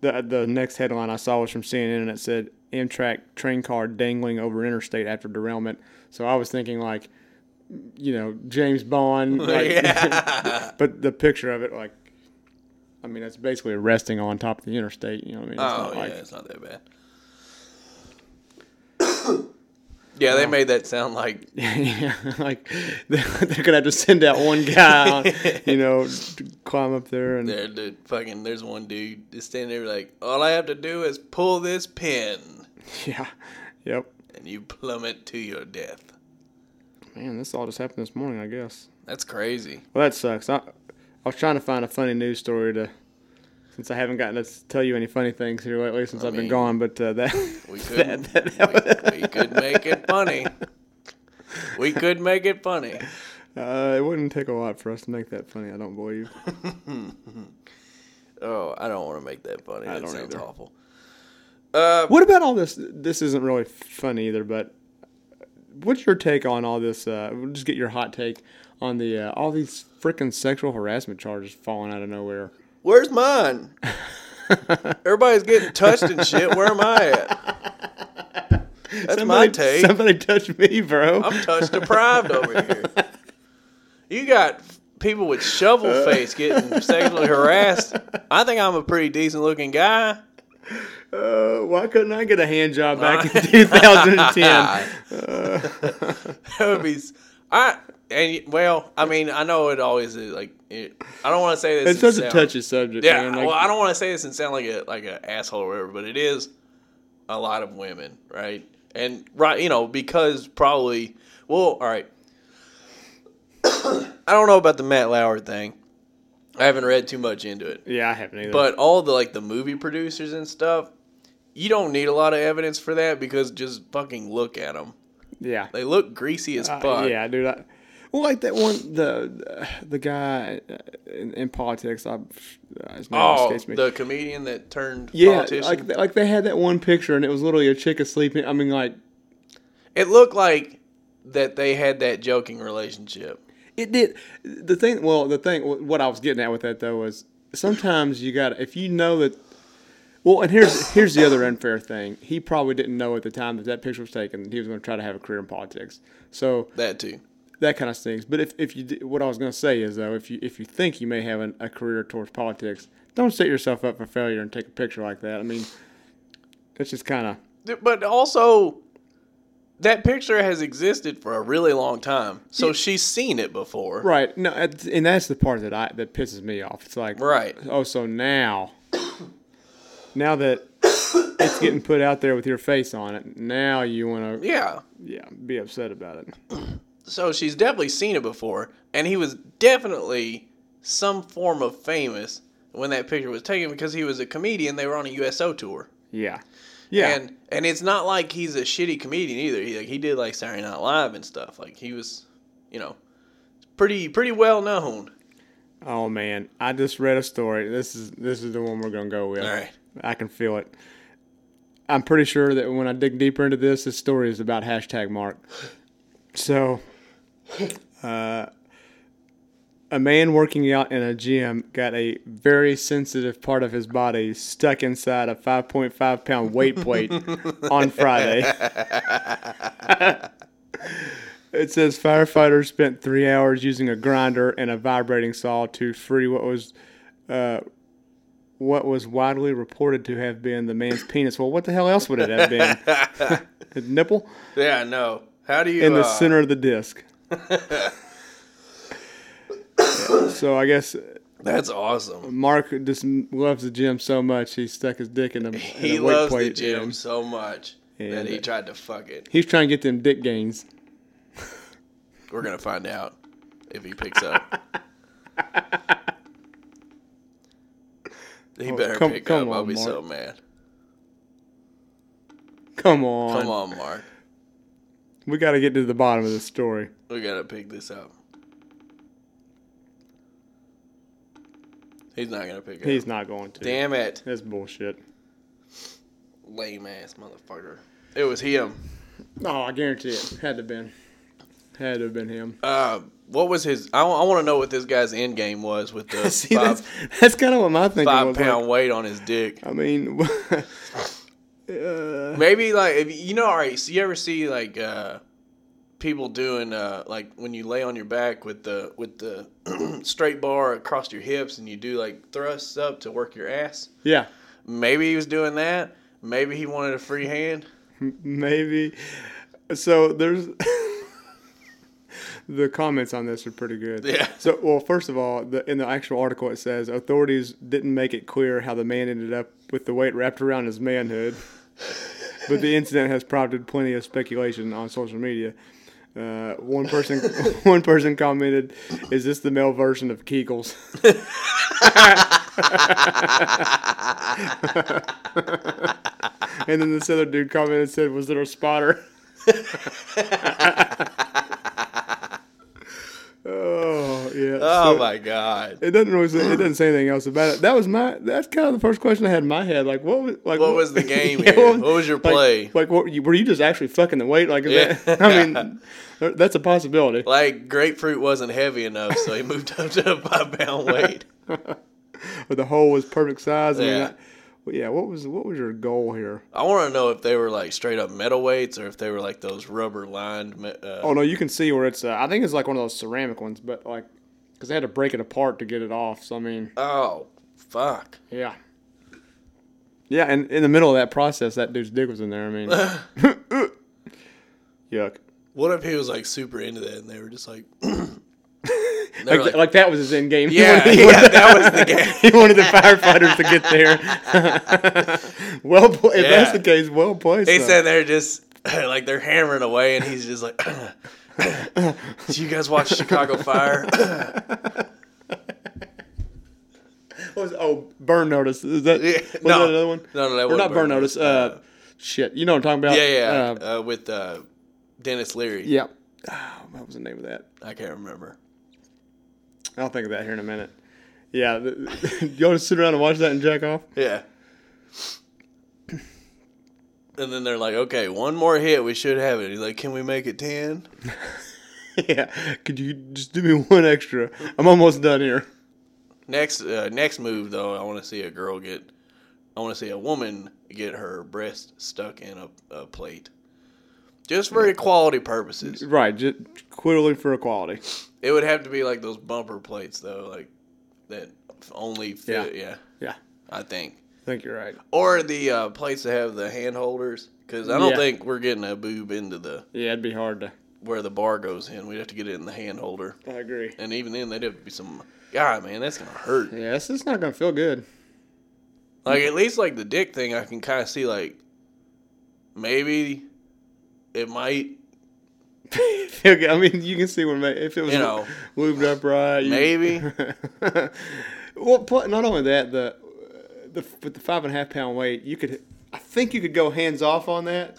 S1: The, the next headline I saw was from CNN and it said Amtrak train car dangling over interstate after derailment. So I was thinking, like, you know, James Bond.
S2: <laughs>
S1: Like,
S2: Yeah.
S1: <laughs> but the picture of it, like, I mean, it's basically resting on top of the interstate. You know what I mean? It's
S2: Oh
S1: not
S2: yeah,
S1: like-
S2: it's not that bad. <coughs> yeah, they made that sound like
S1: <laughs> yeah, like they're, they're gonna have to send out one guy, on,
S2: <laughs>
S1: you know, to climb up there and
S2: there the fucking there's one dude just standing there like, All I have to do is pull this pin
S1: <laughs> yeah, yep.
S2: and you plummet to your death.
S1: Man, this all just happened this morning, I guess.
S2: That's crazy.
S1: Well, that sucks. I, I was trying to find a funny news story to, since I haven't gotten to tell you any funny things here lately since I have
S2: mean,
S1: been gone. But uh, that <laughs>
S2: We could
S1: that- that-
S2: we, we could make it funny. We could make it funny.
S1: uh, it wouldn't take a lot for us to make that funny. I don't believe.
S2: Oh, I don't want to make that funny. That
S1: don't
S2: sounds
S1: either.
S2: awful. Uh,
S1: What about all this? This isn't really fun either, but what's your take on all this? Uh, we'll just get your hot take on the uh, all these freaking sexual harassment charges falling out of nowhere. <laughs>
S2: where's mine? Everybody's getting touched and shit. Where am I at? That's my
S1: somebody,
S2: take.
S1: Somebody touched me, bro.
S2: I'm touch deprived over here. You got people
S1: <laughs>
S2: with shovel face getting sexually harassed. I think I'm a pretty decent looking guy.
S1: Uh, why couldn't I get a hand
S2: <laughs>
S1: job back in 2010? Uh,
S2: that would be. s- I and well, I mean, I know it always is like. It, I don't want to say this.
S1: It's such
S2: and
S1: a
S2: sound-
S1: touchy subject.
S2: Yeah,
S1: man. Like,
S2: well, I don't want to say this and sound like a like an asshole or whatever, but it is a lot of women, right? And right, you know, because probably. Well, all right. <coughs> I don't know about the Matt Lauer thing. I haven't read too much into it.
S1: yeah, I haven't either.
S2: But all the like the movie producers and stuff, you don't need a lot of evidence for that because just fucking look at them.
S1: yeah,
S2: They look greasy as
S1: Uh,
S2: fuck.
S1: yeah, dude. I, well, like that one, the the guy uh, in, in politics. I, uh, his name
S2: Oh,
S1: escapes me.
S2: the comedian that turned
S1: Yeah,
S2: politician.
S1: like they- like they had that one picture, and it was literally a chick asleep. I mean, like
S2: it looked like that they had that joking relationship.
S1: It did. The thing, well, the thing, what I was getting at with that though was sometimes you got to if you know that. Well, and here's here's the other unfair thing. He probably didn't know at the time that that picture was taken that he was going to try to have a career in politics. So
S2: That too.
S1: that kind of stinks. But if, if you d- what I was going to say is though, if you if you think you may have an, a career towards politics, don't set yourself up for failure and take a picture like that. I mean, it's just kind of
S2: Th- But also, that picture has existed for a really long time, so she's seen it before.
S1: right. No, at- and that's the part that I that pisses me off. It's like
S2: Right.
S1: Oh, so now, now that it's getting put out there with your face on it, now you want to
S2: Yeah.
S1: yeah be upset about it.
S2: So she's definitely seen it before, and he was definitely some form of famous when that picture was taken because he was a comedian. They were on a USO tour.
S1: Yeah, yeah.
S2: And and it's not like he's a shitty comedian either. He like he did like Saturday Night Live and stuff. Like he was, you know, pretty pretty well known.
S1: Oh man, I just read a story. This is this is the one we're gonna go with.
S2: All right.
S1: I can feel it. I'm pretty sure that when I dig deeper into this, this story is about hashtag Mark. So, uh, a man working out in a gym got a very sensitive part of his body stuck inside a 5.5 pound weight plate
S2: <laughs>
S1: on Friday. It says firefighters spent three hours using a grinder and a vibrating saw to free what was, uh, what was widely reported to have been the man's penis. Well, what the hell else would it have been?
S2: <laughs>
S1: His nipple
S2: Yeah, I know. How do you
S1: in the
S2: uh,
S1: center of the
S2: <laughs>
S1: disc. so I guess
S2: That's awesome.
S1: Mark just loves the gym so much he stuck his dick in a, in
S2: He
S1: a weight
S2: loves the
S1: plate.
S2: gym
S1: and
S2: so much that
S1: And- uh,
S2: he tried to fuck it.
S1: He's trying to get them dick gains.
S2: We're gonna find out if he picks up.
S1: <laughs>
S2: he better
S1: Oh, come-
S2: pick
S1: come
S2: up. I'll
S1: on,
S2: be
S1: Mark.
S2: so mad.
S1: Come on,
S2: Come on, Mark.
S1: we got to get to the bottom of this story.
S2: We gotta pick this up. He's not gonna pick it
S1: He's
S2: up.
S1: not going to.
S2: Damn it,
S1: That's bullshit.
S2: lame ass motherfucker. It was him.
S1: Oh, I guarantee it. Had to have been. Had to have been him.
S2: Uh, what was his? I, want to know what this guy's end game was with the
S1: <laughs> See,
S2: five,
S1: that's, that's kind of what my thinking
S2: five
S1: was. like.
S2: pound weight on his dick.
S1: I mean, <laughs> uh,
S2: Maybe like if you know, all right. So you ever see like uh, people doing uh, like when you lay on your back with the with the <clears throat> straight bar across your hips and you do like thrusts up to work your ass.
S1: yeah,
S2: Maybe he was doing that. Maybe he wanted a free hand.
S1: maybe. So there's <laughs> the comments on this are pretty good.
S2: Yeah.
S1: So, well, first of all, the, in the actual article it says authorities didn't make it clear how the man ended up with the weight wrapped around his manhood, but the incident has prompted plenty of speculation on social media. Uh, one person, <laughs> one person commented, "Is this the male version of Kegels?" and then this other dude commented and said, "Was there a spotter?" <laughs> oh yeah.
S2: <laughs> Oh
S1: so-
S2: my god.
S1: it doesn't really. Say, it
S2: <sighs>
S1: doesn't say anything else about it. That was my. That's kind of the first question I had in my head. Like, what was like?
S2: What
S1: <laughs>
S2: was the game here? What was your
S1: like-
S2: play?
S1: Like, what, were you- were you just actually fucking the weight? Like, is
S2: Yeah.
S1: that, <laughs> I mean, th- that's a possibility.
S2: Like grapefruit wasn't heavy enough, so <laughs> he moved up to a five <laughs> pound weight.
S1: But the hole was perfect size. I mean,
S2: Yeah.
S1: I- well, yeah. What was what was your goal here?
S2: I want to know if they were like straight up metal weights or if they were like those rubber lined. me- Uh,
S1: Oh no, you can see where it's. Uh, I think it's like one of those ceramic ones, but like, because they had to break it apart to get it off. So I mean,
S2: oh fuck.
S1: yeah. Yeah, and in the middle of that process, that dude's dick was in there. I mean, <laughs>
S2: <laughs>
S1: yuck.
S2: What if he was like super into that and they were just like, <clears throat> they were
S1: Like, th- like that was his end game. He
S2: yeah,
S1: wanted- he
S2: yeah, that was
S1: <laughs>
S2: the game.
S1: he wanted the firefighters to get there. <laughs> well, pla if that's
S2: Yeah.
S1: the case, well played.
S2: They
S1: son.
S2: said they're just <clears throat> like they're hammering away, and he's just like, <clears throat> "Do you guys watch Chicago Fire?"
S1: What was- oh, burn notice. Is that
S2: <laughs> Yeah,
S1: was
S2: no.
S1: that another one?
S2: No, no, that
S1: Or
S2: wasn't
S1: not burn,
S2: Burn
S1: notice.
S2: Notice.
S1: Uh, shit, you know what I'm talking about?
S2: yeah, yeah,
S1: uh,
S2: uh, with uh, Dennis Leary.
S1: yeah. Oh, what was the name of that?
S2: I can't remember.
S1: I'll think of that here in a minute. Yeah, <laughs> the, you want to sit around and watch that and jack off? <laughs>
S2: Yeah. And then they're like, "Okay, one more hit, we should have it." He's like, "Can we make it 10?
S1: yeah. Could you just do me one extra? I'm almost done here.
S2: Next, uh, next move though, I want to see a girl get, I want to see a woman get her breast stuck in a, a plate, just for equality purposes.
S1: Right. Just clearly for equality.
S2: It would have to be like those bumper plates though, like that only fit. Yeah,
S1: Yeah.
S2: I think,
S1: I think you're right.
S2: or the uh, plates that have the hand holders, because I don't
S1: Yeah.
S2: think we're getting a boob into the
S1: Yeah, it'd be hard to.
S2: where the bar goes in. We'd have to get it in the hand holder,
S1: I agree.
S2: and even then, they'd have to be some. God, man, that's gonna hurt.
S1: Yeah, it's just not gonna feel good. <laughs>
S2: Like at least like the dick thing, I can kind of see like maybe it might.
S1: Okay, I mean, you can see when ma- if it was
S2: You know.
S1: lubed up right. you- <laughs>
S2: Maybe. <laughs>
S1: well, pl- not only that, the the with the five and a half pound weight, you could. I think you could go hands off on that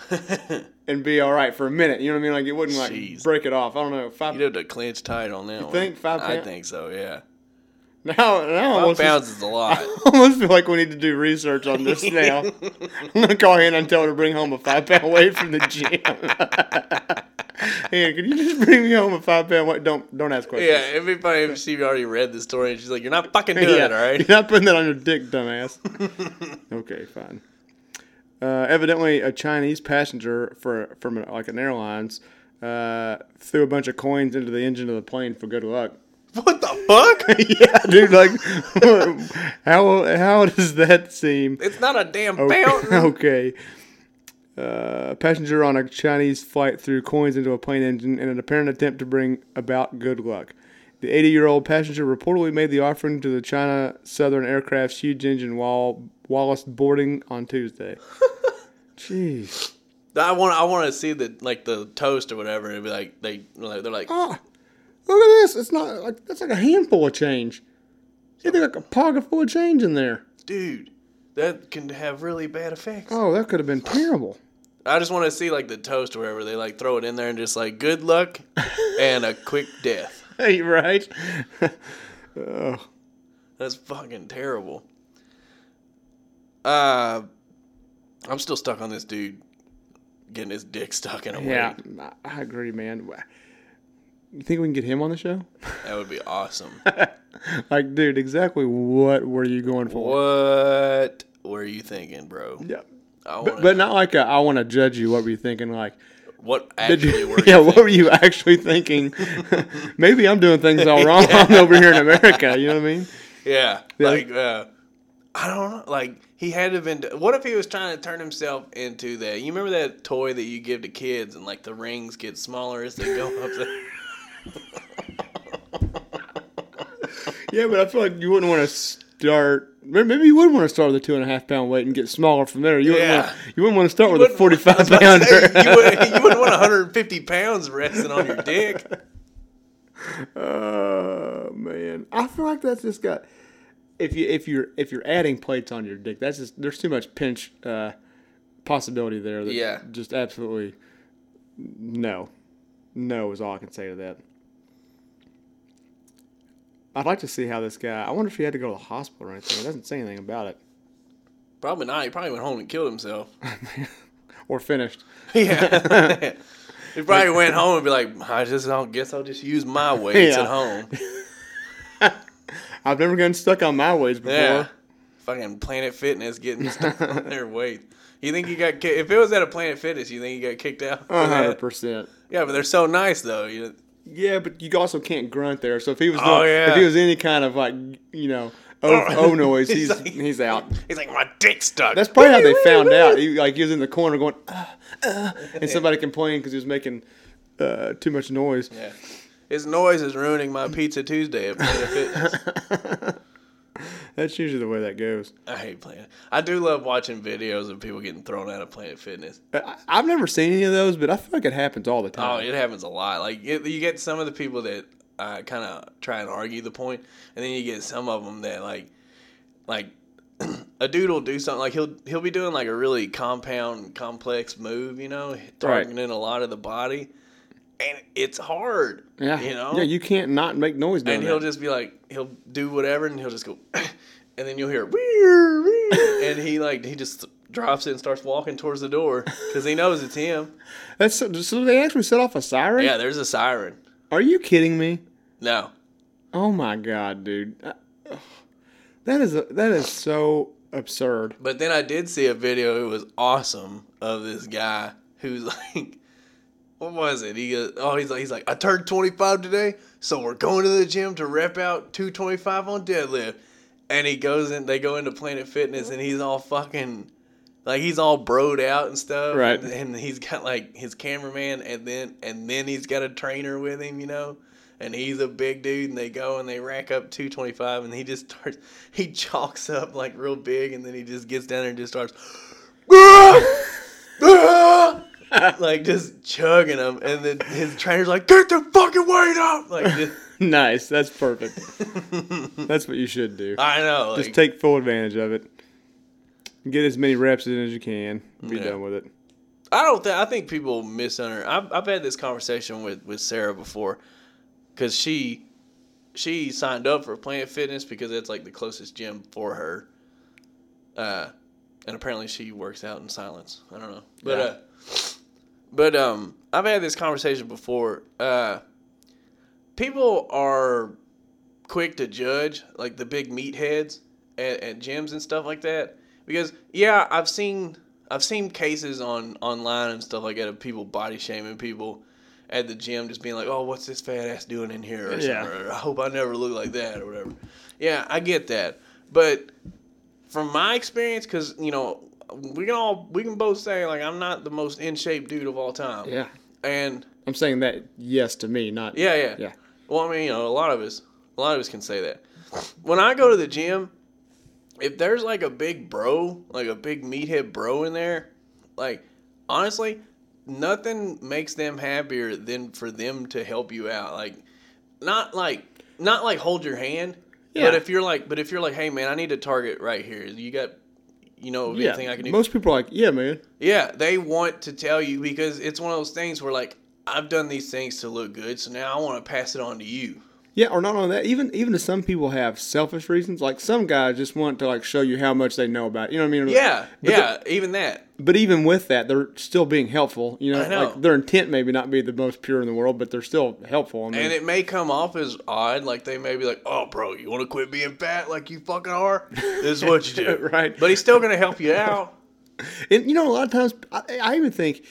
S1: and be all right for a minute. You know what I mean? Like it wouldn't like
S2: Jeez.
S1: break it off. I don't know. Five
S2: You'd have to clench tight on that one.
S1: think five
S2: I
S1: pound-
S2: think so. Yeah,
S1: <laughs> now now I
S2: five
S1: almost,
S2: pounds is
S1: <laughs>
S2: a lot.
S1: I almost feel like we need to do research on
S2: <laughs>
S1: this now. I'm gonna call Hannah and tell her to bring home a five pound weight from the gym.
S2: <laughs>
S1: <laughs> Hannah, can you just bring me home a five pound weight? Don't don't ask questions.
S2: yeah, everybody if she already read the story and she's like, "You're not
S1: <laughs>
S2: fucking doing it, all right." <laughs>
S1: You're not putting that on your dick, dumbass. okay, fine. Uh, evidently, a Chinese passenger for from an, like an airlines uh, threw a bunch of coins into the engine of the plane for good luck. <laughs>
S2: What the fuck?
S1: yeah, dude. Like, <laughs> how how does that seem?
S2: It's not a damn fountain.
S1: <laughs> okay. Uh, a passenger on a Chinese flight threw coins into a plane engine in an apparent attempt to bring about good luck. The 80 year old passenger reportedly made the offering to the China Southern Aircraft's huge engine while Wallace boarding on <laughs> Tuesday. Jeez.
S2: I want. I want to see the like the toast or whatever. It'd be like they. They're like,
S1: Ah, look at this. It's not like that's like a handful of change. You think like a pocket full of change in there.
S2: dude, that can have really bad effects.
S1: Oh, that could have been terrible.
S2: I just want to see like the toast or wherever they like throw it in there and just like
S1: <laughs>
S2: good luck and a quick death.
S1: <laughs> Hey, <laughs> right?
S2: That's fucking terrible. Uh, I'm still stuck on this dude getting his dick stuck in a
S1: Yeah,
S2: weight.
S1: I- I agree, man. You think we can get him on the show? <laughs>
S2: That would be awesome.
S1: Like, dude, exactly what were you going for?
S2: what were you thinking, bro?
S1: Yeah.
S2: I
S1: But,
S2: wanna,
S1: but not like a, I want to judge you. What were you thinking? Like, <laughs>
S2: what
S1: did
S2: actually
S1: you, <laughs>
S2: were you
S1: yeah,
S2: thinking?
S1: what were you actually thinking? <laughs> Maybe I'm doing things all
S2: <laughs>
S1: wrong over here in America. You know what I mean?
S2: Yeah, like uh, I don't know. Like he had to have been. What if he was trying to turn himself into that? You remember that toy that you give to kids, and like the rings get smaller as they go up. The,
S1: Yeah, but I feel like you wouldn't want to start. may- Maybe you would want to start with a two and a half pound weight and get smaller from there. You
S2: Yeah.
S1: wouldn't want to, you wouldn't want to start with a
S2: wouldn't-
S1: forty five
S2: <laughs> I was about to say,
S1: pounder.
S2: you, would, you wouldn't want 150 pounds resting on your dick.
S1: Oh man, I feel like that's just got. If you if you're if you're adding plates on your dick, that's just there's too much pinch uh, possibility there. That
S2: Yeah.
S1: just absolutely no, no is all I can say to that. I'd like to see how this guy. I wonder if he had to go to the hospital or anything. It doesn't say anything about it
S2: Probably not. He probably went home and killed himself.
S1: or finished.
S2: Yeah. <laughs> He probably went home and be like, I just don't guess I'll just use my weights
S1: Yeah.
S2: at home.
S1: I've never gotten stuck on my ways before.
S2: Yeah. Fucking Planet
S1: <laughs>
S2: Fitness getting stuff on their weight. You think he got kicked? If it was at a Planet Fitness, you think he got kicked out? for
S1: A hundred
S2: that?
S1: percent.
S2: Yeah, but they're so nice though. You
S1: Yeah, but you also can't grunt there. So if he was
S2: Oh,
S1: doing-
S2: yeah.
S1: if he was any kind know, like you know oh, <laughs> oh noise, he's
S2: He's
S1: he's,
S2: like-
S1: out.
S2: he's like my dick stuck.
S1: That's probably how
S2: <laughs>
S1: they found out. He, like he was in the corner going, uh, uh,
S2: <laughs>
S1: and somebody complained because he was making uh, too much noise.
S2: yeah. His noise is ruining my pizza Tuesday at Planet
S1: <laughs>
S2: Fitness.
S1: That's usually the way that goes.
S2: I hate Planet. I do love watching videos of people getting thrown out of Planet Fitness.
S1: Uh, I, I've never seen any of those, but I feel like it happens all the
S2: Oh,
S1: time.
S2: it happens a lot. Like it, you get some of the people that uh, kind of try and argue the point, and then you get some of them that like, like <clears throat> a dude will do something like he'll he'll be doing like a really compound, complex move, you know, targeting a lot of the body, and it's hard.
S1: yeah,
S2: you know.
S1: yeah, you can't not make noise. Doing
S2: and he'll
S1: that.
S2: just be like, he'll do whatever, and he'll just go, <clears throat> and then you'll hear, "Weir, <laughs> weir," and he like he just drops it and starts walking towards the door because he knows it's him.
S1: That's so, so they actually set off a siren.
S2: Yeah, there's a siren.
S1: Are you kidding me?
S2: No.
S1: Oh my god, dude. I- ugh. That is a, that is so absurd. <laughs>
S2: But then I did see a video. It was awesome of this guy who's <laughs> like, what was it? He goes, oh, he's like, he's like, I turned 25 today, so we're going to the gym to rep out 225 on deadlift. And he goes in. They go into Planet Fitness, and he's all fucking, like he's all broed out and stuff.
S1: Right.
S2: And, and he's got like his cameraman, and then and then he's got a trainer with him, you know. And he's a big dude, and they go and they rack up 225, and he just starts, <laughs> he chalks up like real big, and then he just gets down there and just starts, like just chugging them, and then his trainer's like, "Get the fucking weight up!" Like, just,
S1: nice. That's
S2: <laughs>
S1: perfect. that's what you should do.
S2: I know, like,
S1: <laughs> Just take full advantage of it. Get as many reps in as you can. Be
S2: Yeah.
S1: done with it.
S2: I don't think I think people misunderstand. I've, I've had this conversation with with Sarah before, because she she signed up for Planet Fitness because that's like the closest gym for her, uh, and apparently she works out in silence. I don't know, but
S1: Yeah.
S2: uh, but um, I've had this conversation before. Uh, people are quick to judge like the big meatheads at, at gyms and stuff like that because yeah i've seen i've seen cases on online and stuff like that of people body shaming people at the gym just being like oh what's this fat ass doing in here or,
S1: Yeah.
S2: something, or i hope i never look like that or whatever yeah i get that but from my experience because you know we can all we can both say like i'm not the most in shape dude of all time
S1: Yeah.
S2: and
S1: I'm saying that yes to me, not
S2: yeah, yeah.
S1: Yeah.
S2: Well, I mean, you know, a lot of us, a lot of us can say that. When I go to the gym, if there's like a big bro, like a big meathead bro in there, like honestly, nothing makes them happier than for them to help you out. Like, not like, not like hold your hand. But
S1: Yeah.
S2: if you're like, but if you're like, hey man, I need a target right here. You got, you know, of
S1: Yeah.
S2: anything I can do.
S1: Most people are like, yeah, man.
S2: Yeah, they want to tell you because it's one of those things where like I've done these things to look good, so now I want to pass it on to you.
S1: Yeah, or not only that, even even if some people have selfish reasons, like some guys just want to like show you how much they know about. It. You know what I mean?
S2: Yeah,
S1: But
S2: yeah, even that.
S1: But even with that, they're still being helpful. You know,
S2: I know.
S1: like their intent maybe not be the most pure in the world, but they're still helpful. I mean,
S2: And it may come off as odd, like they may be like, "Oh, bro, you want to quit being fat like you
S1: <laughs>
S2: fucking are? This is what you do,
S1: Right.
S2: But he's still gonna help
S1: <laughs>
S2: you out.
S1: and you know, a lot of times I, I even think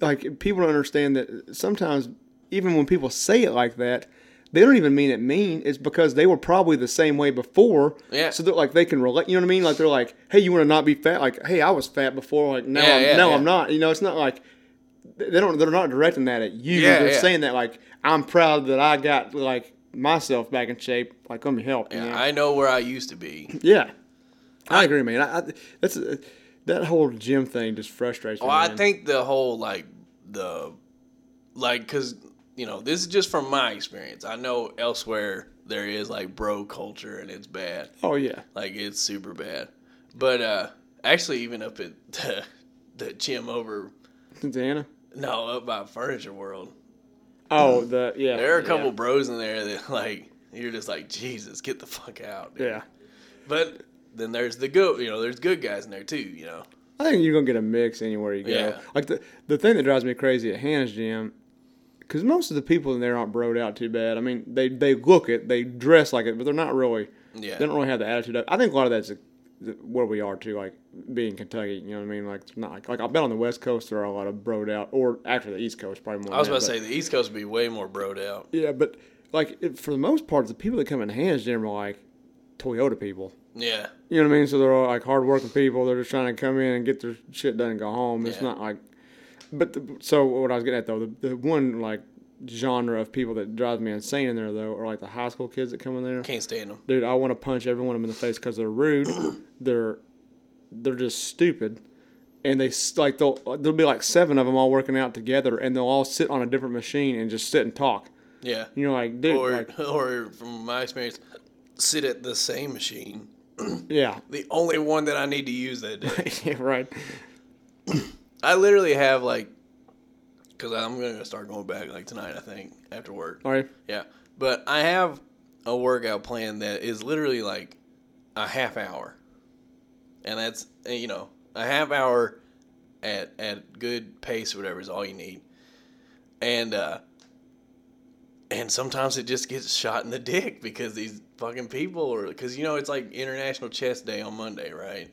S1: like people don't understand that sometimes even when people say it like that. They don't even mean it mean. It's because they were probably the same way before.
S2: Yeah.
S1: So that like they can relate. You know what I mean? Like they're like, hey, you want to not be fat? Like, hey, I was fat before. Like now,
S2: Yeah,
S1: I'm,
S2: yeah,
S1: now
S2: yeah.
S1: I'm not. You know, it's not like they don't. They're not directing that at you.
S2: Yeah,
S1: they're
S2: yeah.
S1: saying that like I'm proud that I got like myself back in shape. Like let me help. you know?
S2: I know where I used to be.
S1: Yeah, I agree, man. I, I, that's uh, that whole gym thing just frustrates me.
S2: Well, Oh, I
S1: man.
S2: think the whole like the like because you know this is just from my experience. I know elsewhere there is like bro culture and it's bad.
S1: Oh yeah,
S2: Like it's super bad. But uh actually even up at <laughs> the the gym over
S1: Santana.
S2: no, up by Furniture World.
S1: Oh the yeah.
S2: There are a couple bros in there that like you're just like, Jesus, get the fuck out.
S1: Yeah.
S2: dude."
S1: yeah,
S2: But then there's the good you know, there's good guys in there too, you know.
S1: I think you're gonna get a mix anywhere you go.
S2: Yeah.
S1: Like the the thing that drives me crazy at Hannah's gym. Because most of the people in there aren't broed out too bad. I mean, they, they look it, they dress like it, but they're not really.
S2: Yeah.
S1: They don't really have the attitude. Of, I think a lot of that's the- where we are too. Like being Kentucky, you know what I mean? Like it's not like, like I bet on the West Coast there are a lot of broed out, or actually the East Coast probably more.
S2: I was
S1: than
S2: about to
S1: that,
S2: say the East Coast would be way more broed out.
S1: but- Yeah, but like it, for the most part, the people that come in hands gym are like Toyota people.
S2: Yeah.
S1: You know what I mean? So they're all like hardworking people. They're just trying to come in and get their shit done and go home. It's
S2: Yeah.
S1: not like, but the, so what I was getting at though, the, the one like genre of people that drives me insane in there though are like the high school kids that come in there
S2: Can't stand them.
S1: dude, I want to punch every one of them in the face because they're
S2: <coughs>
S1: rude. they're they're just stupid, and they s- like they'll there'll be like seven of them all working out together, and they'll all sit on a different machine and just sit and talk.
S2: Yeah.
S1: And you're like, dude,
S2: Or
S1: like,
S2: or from my experience, sit at the same machine.
S1: yeah, <laughs>
S2: The only one that I need to use that day.
S1: yeah, right,
S2: I literally have like, because I'm gonna start going back like tonight. I think after work.
S1: all right,
S2: Yeah, but I have a workout plan that is literally like a half hour, and that's uh, you know a half hour at at good pace or whatever is all you need, and uh, and sometimes it just gets shot in the dick because these fucking people are because you know it's like International Chess Day on Monday, right?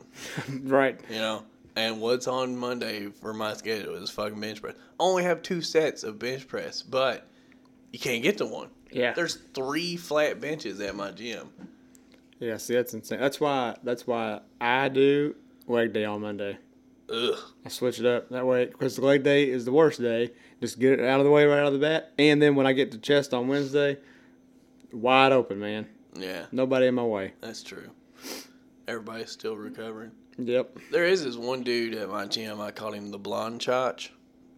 S1: Right.
S2: You know, and what's on Monday for my schedule is fucking bench press. I only have two sets of bench press, but you can't get to one.
S1: Yeah.
S2: There's three flat benches at my gym.
S1: Yeah. See, that's insane. That's why. That's why I do leg day on Monday.
S2: Ugh.
S1: I switch it up that way because the leg day is the worst day. Just get it out of the way right out of the bat, and then when I get to chest on Wednesday, wide open, man.
S2: Yeah,
S1: Nobody in my way.
S2: that's true. Everybody's still recovering.
S1: Yep.
S2: There is this one dude at my gym. I call him the blonde chotch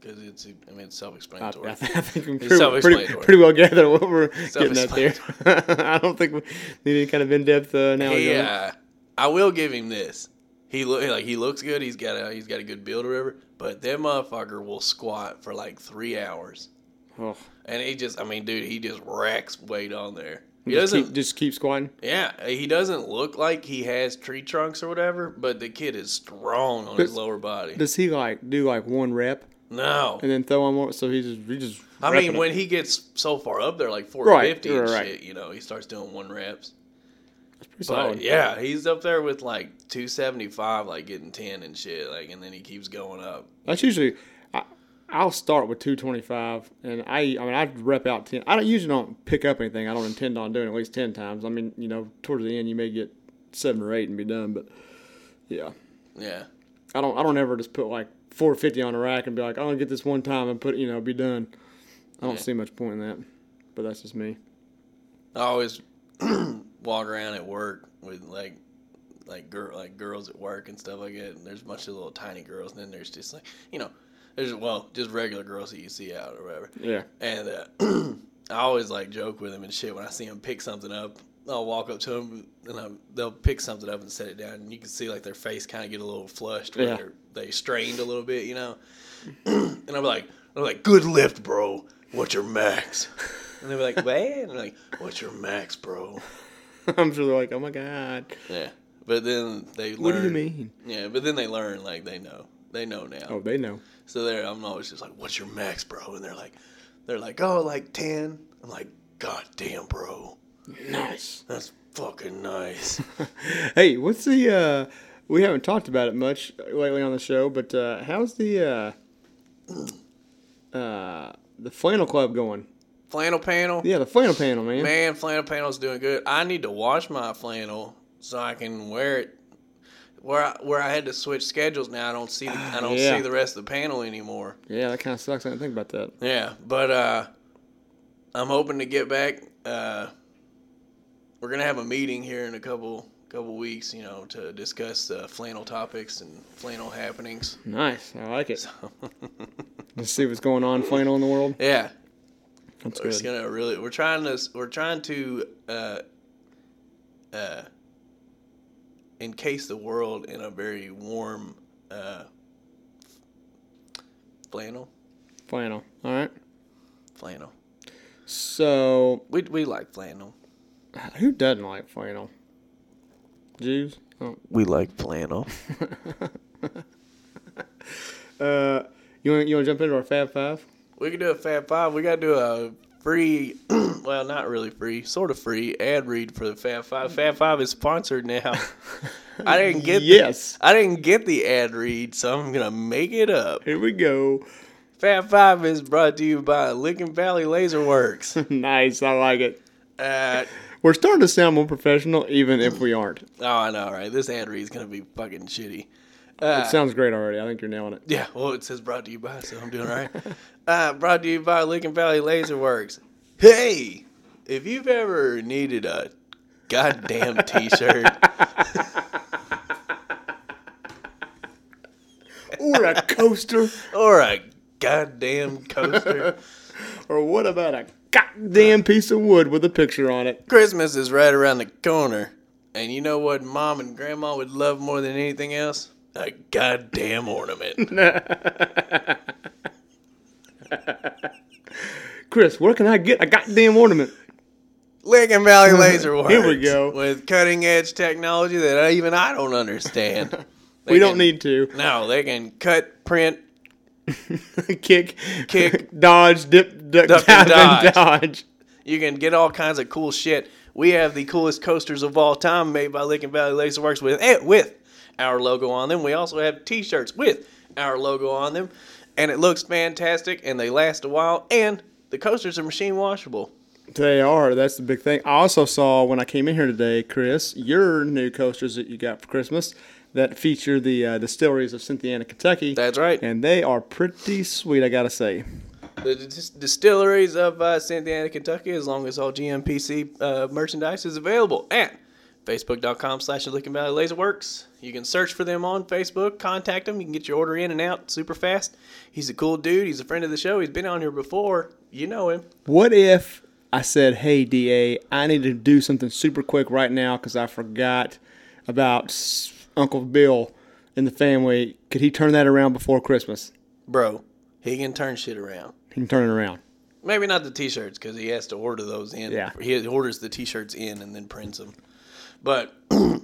S2: because it's I mean it's
S1: I,
S2: self-explanatory.
S1: I think I think we
S2: It's
S1: pretty, pretty,
S2: self-explanatory.
S1: pretty well gathered what we're getting at there. <laughs> I don't think we need any kind of in depth uh, analogy. on it.
S2: Yeah, I will give him this. He look like he looks good. He's got a he's got a good build or whatever. But that motherfucker will squat for like three hours,
S1: Oh,
S2: and he just I mean, dude, he just racks weight on there. He
S1: just,
S2: doesn't.
S1: keep, just keep squatting.
S2: yeah, he doesn't look like he has tree trunks or whatever. But the kid is strong on his
S1: Does-
S2: lower body.
S1: Does he like do like one rep
S2: no,
S1: and then throw on more? So he just he just.
S2: I
S1: repping
S2: mean
S1: it.
S2: when he gets so far up there, like four
S1: Right,
S2: fifty and
S1: right, right.
S2: shit, you know, he starts doing one reps.
S1: That's pretty
S2: But
S1: solid.
S2: yeah, he's up there with like two seventy five, like getting ten and shit, like, and then he keeps going up.
S1: That's usually, I, I'll start with 225, and I, I mean, I rep out 10. I don't, usually don't pick up anything. I don't intend on doing at least 10 times. I mean, you know, towards the end, you may get seven or eight and be done, but yeah.
S2: Yeah.
S1: I don't, I don't ever just put like 450 on a rack and be like, I'm going to get this one time and put, you know, be done. I don't
S2: Yeah.
S1: see much point in that, but that's just me.
S2: I always <clears throat> walk around at work with like like girl like girls at work and stuff like that. And there's a bunch of little tiny girls, and then there's just like you know, there's well just regular girls that you see out or whatever.
S1: Yeah. <laughs>
S2: And uh, <clears throat> I always like joke with them and shit when I see them pick something up. I'll walk up to them and i they'll pick something up and set it down, and you can see like their face kind of get a little flushed, where
S1: Yeah.
S2: they're they strained a little bit, you know. <clears throat> and I'm like, I'm like, good lift, bro. What's
S1: <laughs>
S2: your max? And they're like, what? And I'm like, what's your max, bro?
S1: I'm sure they're like, oh my God,
S2: Yeah. But then they learn.
S1: what do you mean?
S2: Yeah, but then they learn like they know. They know now.
S1: Oh, they know.
S2: So there, I'm always just like, "What's your max, bro?" And they're like, "They're like, oh, like 10. I'm like, "God damn, bro,
S1: Nice.
S2: that's
S1: <laughs>
S2: fucking nice."
S1: Hey, what's the? uh We haven't talked about it much lately on the show, but uh how's the uh uh the flannel club going?
S2: flannel panel,
S1: Yeah, the flannel panel, man.
S2: man, flannel panel's doing good. I need to wash my flannel so I can wear it. Where I, where I had to switch schedules now, I don't see the, I
S1: <sighs>
S2: don't
S1: Yeah.
S2: see the rest of the panel anymore.
S1: Yeah, that kind of sucks. I didn't think about that.
S2: Yeah, but uh, I'm hoping to get back. Uh, we're gonna have a meeting here in a couple couple weeks, you know, to discuss uh, flannel topics and flannel <laughs> happenings.
S1: Nice, I like it. Let's see what's going on flannel in the world.
S2: yeah,
S1: That's
S2: we're just
S1: good.
S2: gonna really we're trying to we're trying to uh, uh, encase the world in a very warm uh, flannel
S1: Flannel. All right.
S2: flannel.
S1: So,
S2: We we like flannel.
S1: who doesn't like flannel? Jews. Oh.
S2: We like flannel.
S1: Uh, you want you want to jump into our Fab Five?
S2: We could do a Fab Five. We got to do a free, <clears throat> well, not really free, sort of free ad read for the Fab Five. Fab Five is sponsored now. I didn't get
S1: Yes.
S2: The, I didn't get the ad read, so I'm gonna make it up.
S1: Here we go.
S2: Fab Five is brought to you by Licking Valley Laser Works.
S1: nice, I like it.
S2: Uh,
S1: We're starting to sound more professional, even if we aren't.
S2: oh, I know, right? This ad read's gonna be fucking shitty. Uh,
S1: It sounds great already. I think you're nailing it.
S2: Yeah, well, it says brought to you by, so I'm doing all right. uh, brought to you by Licking Valley Laser Works. Hey, if you've ever needed a goddamn t-shirt,
S1: Or a coaster.
S2: or a goddamn coaster.
S1: or what about a goddamn piece of wood with a picture on it?
S2: <laughs> Christmas is right around the corner, and you know what mom and grandma would love more than anything else? A
S1: <laughs>
S2: goddamn ornament.
S1: Chris, where can I get a goddamn ornament?
S2: Licking Valley Laser Works.
S1: Here we go.
S2: With cutting edge technology that I, even I don't understand.
S1: <laughs> We
S2: They
S1: don't
S2: can-
S1: need to <laughs>
S2: No, they can cut, print,
S1: kick,
S2: Kick.
S1: <laughs> dodge, dip, duck,
S2: Duck
S1: dive,
S2: and
S1: and dodge.
S2: You can get all kinds of cool shit. We have the coolest coasters of all time made by Lincoln Valley Laser Works with eh, with our logo on them. We also have T-shirts with our logo on them, and it looks fantastic. And they last a while. And the coasters are machine washable.
S1: They are. That's the big thing. I also saw when I came in here today, Chris, your new coasters that you got for Christmas that feature the uh, distilleries of Cynthiana, Kentucky.
S2: That's right.
S1: And they are pretty sweet, I gotta say.
S2: The dis- distilleries of uh, Cynthiana, Kentucky, as long as all GMPC uh, merchandise is available at facebook.com slash Lincoln Valley Laserworks. You can search for them on Facebook, contact them. You can get your order in and out super fast. He's a cool dude. He's a friend of the show. He's been on here before. You know him.
S1: What if I said, "Hey, Da, I need to do something super quick right now because I forgot about s- Uncle Bill in the family. Could he turn that around before Christmas?
S2: Bro, he can turn shit around.
S1: He can turn it around."
S2: Maybe not the T-shirts because he has to order those in.
S1: Yeah.
S2: he orders the T-shirts in and then prints them. But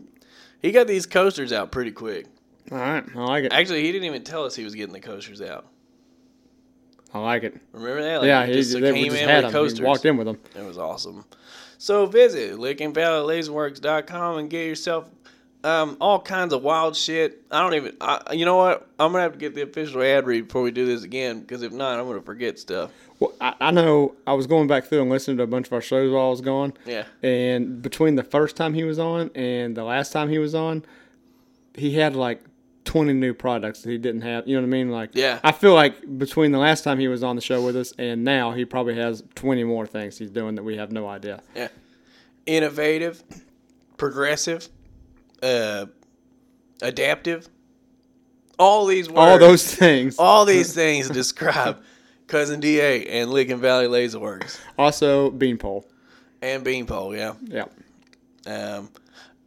S2: <clears throat> he got these coasters out pretty quick.
S1: All right, I like it.
S2: Actually, he didn't even tell us he was getting the coasters out.
S1: I like it.
S2: Remember that? Like,
S1: Yeah,
S2: he
S1: he
S2: just
S1: they,
S2: came
S1: we just
S2: in
S1: had
S2: with
S1: him. He
S2: coasters.
S1: walked in with him.
S2: It was awesome. So visit LickingValleyLaserworks.com and get yourself um, all kinds of wild shit. I don't even. I, you know what? I'm gonna have to get the official ad read before we do this again because if not, I'm gonna forget stuff.
S1: Well, I, I know I was going back through and listening to a bunch of our shows while I was gone.
S2: Yeah.
S1: And between the first time he was on and the last time he was on, he had like 20 new products that he didn't have. You know what I mean? Like,
S2: Yeah.
S1: I feel like between the last time he was on the show with us and now, he probably has 20 more things he's doing that we have no idea.
S2: Yeah. Innovative, progressive, uh, adaptive. All these words.
S1: All those <laughs> things.
S2: All these things describe <laughs> Cousin Da and Licking Valley Laserworks
S1: Also, Beanpole.
S2: and Beanpole. Yeah.
S1: Yeah.
S2: Um,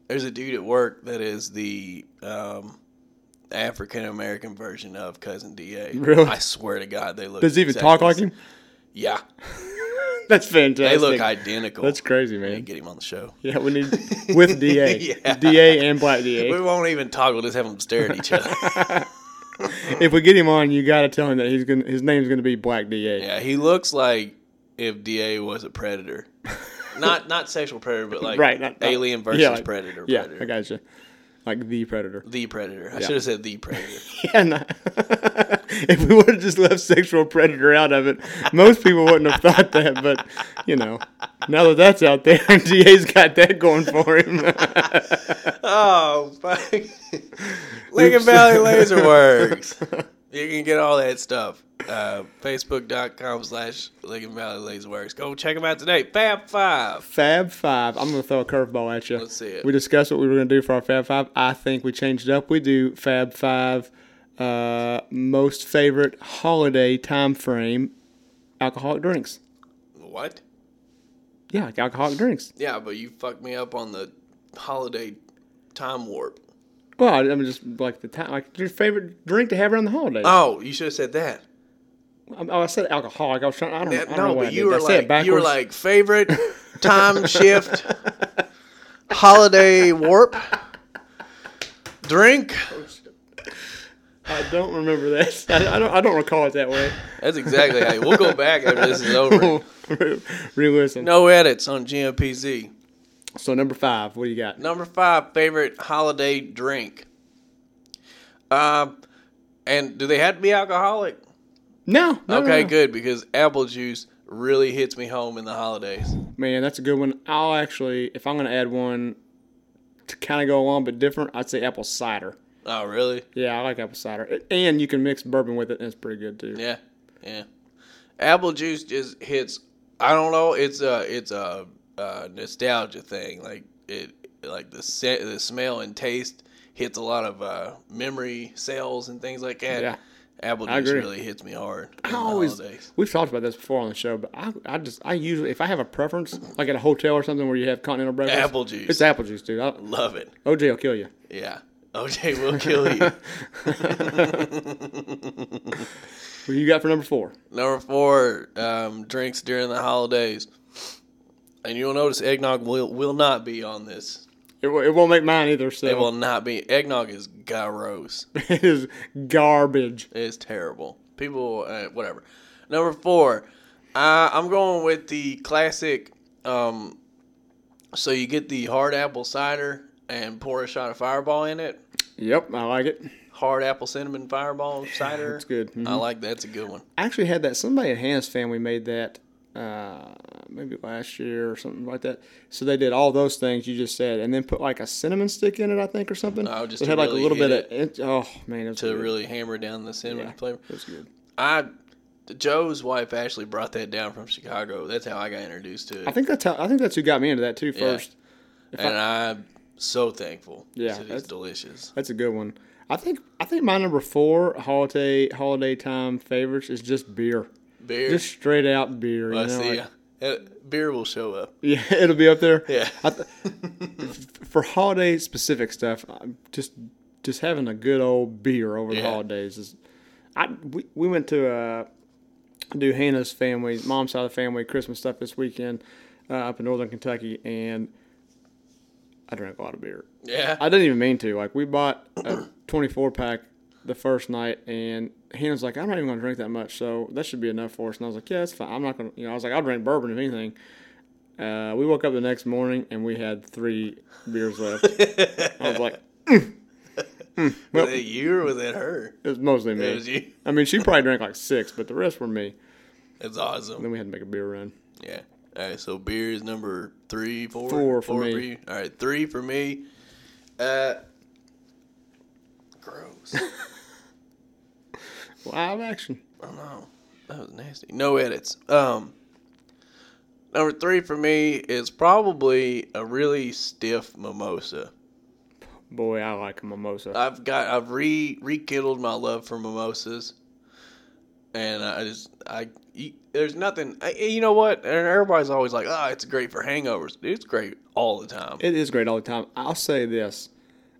S2: there's a dude at work that is the um, African American version of Cousin Da.
S1: Really?
S2: I swear to God, they look.
S1: Does he even
S2: exactly
S1: talk
S2: the
S1: like
S2: same.
S1: him? <laughs>
S2: Yeah,
S1: That's fantastic.
S2: they look identical.
S1: That's crazy,
S2: We
S1: man.
S2: can Get him on the show.
S1: Yeah, we need with DA.
S2: <laughs> Yeah.
S1: DA and Black DA.
S2: We won't even talk. We'll just have them stare at
S1: <laughs>
S2: each other.
S1: if we get him on, you got to tell him that he's gonna his name's gonna be Black Da.
S2: yeah, he looks like if Da was a predator, not not sexual predator, but like
S1: Right, not- not-
S2: alien versus
S1: yeah, like-
S2: predator.
S1: Yeah,
S2: predator.
S1: I got you. Like the
S2: <laughs>
S1: Predator.
S2: The predator. I should have said the predator.
S1: Yeah, no. <laughs> if we would have just left sexual predator out of it, most people wouldn't have thought that. But you know, now that that's out there, <laughs> DA's got that going for him. <laughs>
S2: Oh, fuck. <laughs> Lincoln Valley Laser <laughs> Works. You can get all that stuff. Uh, Facebook.com slash Lincoln Valley Laser Works. Go check them out today. Fab Five.
S1: Fab Five. I'm gonna throw a curveball at you.
S2: Let's see it.
S1: We discussed what we were gonna do for our Fab Five. I think we changed it up. We do Fab Five uh, most favorite holiday time frame alcoholic drinks.
S2: What?
S1: Yeah, like alcoholic drinks.
S2: Yeah, but you fucked me up on the holiday time warp.
S1: Well, I- I'm just like the time, like your favorite drink to have around the holidays.
S2: Oh, you should have said that.
S1: I, oh, I said alcoholic. I was trying. I don't, I
S2: That-
S1: don't know
S2: no,
S1: what I
S2: but
S1: did.
S2: you were
S1: I said it
S2: like you were
S1: backwards.
S2: like favorite
S1: <laughs>
S2: time shift
S1: <laughs>
S2: holiday warp drink.
S1: I don't remember that. <laughs> I, I don't. I don't recall it that
S2: <laughs>
S1: way.
S2: That's exactly how we'll go back after this <laughs> is over.
S1: Re-listen.
S2: No edits on GMPZ.
S1: So number five, what do you got?
S2: Number five favorite holiday drink. Um, and do they have to be alcoholic?
S1: No. no, no,
S2: okay,
S1: no.
S2: good because apple juice really hits me home in the holidays.
S1: Man, that's a good one. I'll actually, if I'm going to add one to kind of go along but different, I'd say apple cider.
S2: Oh, really?
S1: Yeah, I like apple cider. And you can mix bourbon with it, and it's pretty good too.
S2: Yeah, yeah. Apple juice just hits. I don't know. It's a it's a, uh nostalgia thing. Like it, like the scent, the smell and taste hits a lot of uh, memory cells and things like that.
S1: Yeah.
S2: Apple
S1: I
S2: juice
S1: agree.
S2: really hits me hard. in
S1: I
S2: the
S1: always,
S2: holidays.
S1: we've talked about this before on the show, but I, I just, I usually, if I have a preference, like at a hotel or something where you have continental breakfast,
S2: Apple juice.
S1: It's apple juice, dude. I,
S2: Love it.
S1: OJ will kill you.
S2: Yeah. OJ will kill <laughs> you.
S1: What you got for number four?
S2: Number four, um, drinks during the holidays. And you'll notice eggnog will, will not be on this.
S1: It, wo- it won't make mine either, so
S2: It will not be. Eggnog is gross.
S1: <laughs> it is garbage.
S2: It's terrible. People, uh, whatever. Number four, Uh, I'm going with the classic. Um, so you get the hard apple cider and pour a shot of Fireball in it.
S1: Yep, I like it.
S2: Hard apple cinnamon Fireball cider.
S1: It's good. Mhm.
S2: I like that's a good one.
S1: I actually had that. Somebody at Hannah's family made that uh, maybe last year or something like that. So they did all those things you just said, and then put like a cinnamon stick in it, I think, or something.
S2: No, just
S1: it
S2: to
S1: had like
S2: really
S1: a little
S2: hit
S1: bit of. It, oh man, it was
S2: To
S1: good.
S2: really hammer down the cinnamon
S1: Yeah.
S2: flavor.
S1: It was good.
S2: I Joe's wife actually brought that down from Chicago. That's how I got introduced to it.
S1: I think that's how, I think that's who got me into that too.
S2: Yeah.
S1: First,
S2: and I, am so thankful.
S1: Yeah,
S2: It is
S1: that's-
S2: delicious.
S1: that's a good one. I think I think my number four holiday holiday time favorites is just beer,
S2: Beer.
S1: just straight out beer. You
S2: I
S1: know,
S2: see.
S1: like-
S2: uh, beer will show up.
S1: yeah, <laughs> it'll be up there.
S2: Yeah.
S1: I th- for holiday specific stuff, I'm just just having a good old beer over
S2: Yeah.
S1: the holidays is. I we, we went to uh, do Hannah's family, mom's side of the family Christmas stuff this weekend uh, up in northern Kentucky, and I drank a lot of beer.
S2: Yeah.
S1: I didn't even mean to. Like we bought a 24 pack the first night, and Hannah's like, "I'm not even gonna drink that much, so that should be enough for us." And I was like, "Yeah, that's fine. I'm not gonna." You know, I was like, "I'll drink bourbon if anything." Uh, we woke up the next morning and we had three beers left. I was like,
S2: was it you or was it her?
S1: "It was mostly
S2: It was
S1: me."
S2: you.
S1: I mean, she probably drank like six, but the rest were me.
S2: That's awesome.
S1: Then we had to make a beer run.
S2: Yeah. All right. So beer is number three, four,
S1: Four for me.
S2: you. All right. Three for me. Uh,
S1: <laughs>
S2: gross.
S1: Live action.
S2: I don't know. That was nasty. No edits. Um, number three for me is probably a really stiff mimosa.
S1: Boy, I like a mimosa.
S2: I've got I've re rekindled my love for mimosas, and I just I you- there's nothing. I, you know what? And everybody's always like, oh, it's great for hangovers. Dude, it's great all the time.
S1: It is great all the time. I'll say this.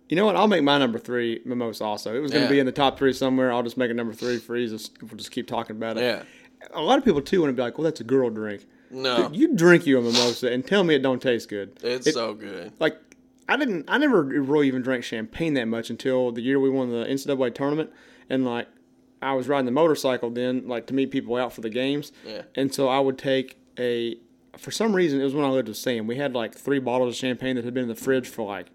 S1: You know what? I'll make my number three mimosa also. It was going to
S2: Yeah.
S1: be in the top three somewhere. I'll just make it number three for ease. We'll just keep talking about it.
S2: yeah.
S1: A lot of people, too, want to be like, well, that's a girl drink. <laughs>
S2: No,
S1: Dude, you drink you a mimosa and tell me it don't taste good.
S2: it's
S1: It-
S2: so good.
S1: Like, I didn't, I never really even drank champagne that much until the year we won the NCAA tournament. And, like, I was riding the motorcycle then, like, to meet people out for the games.
S2: Yeah.
S1: And so I would take a, for some reason, it was when I lived with Sam. We had like three bottles of champagne that had been in the fridge for like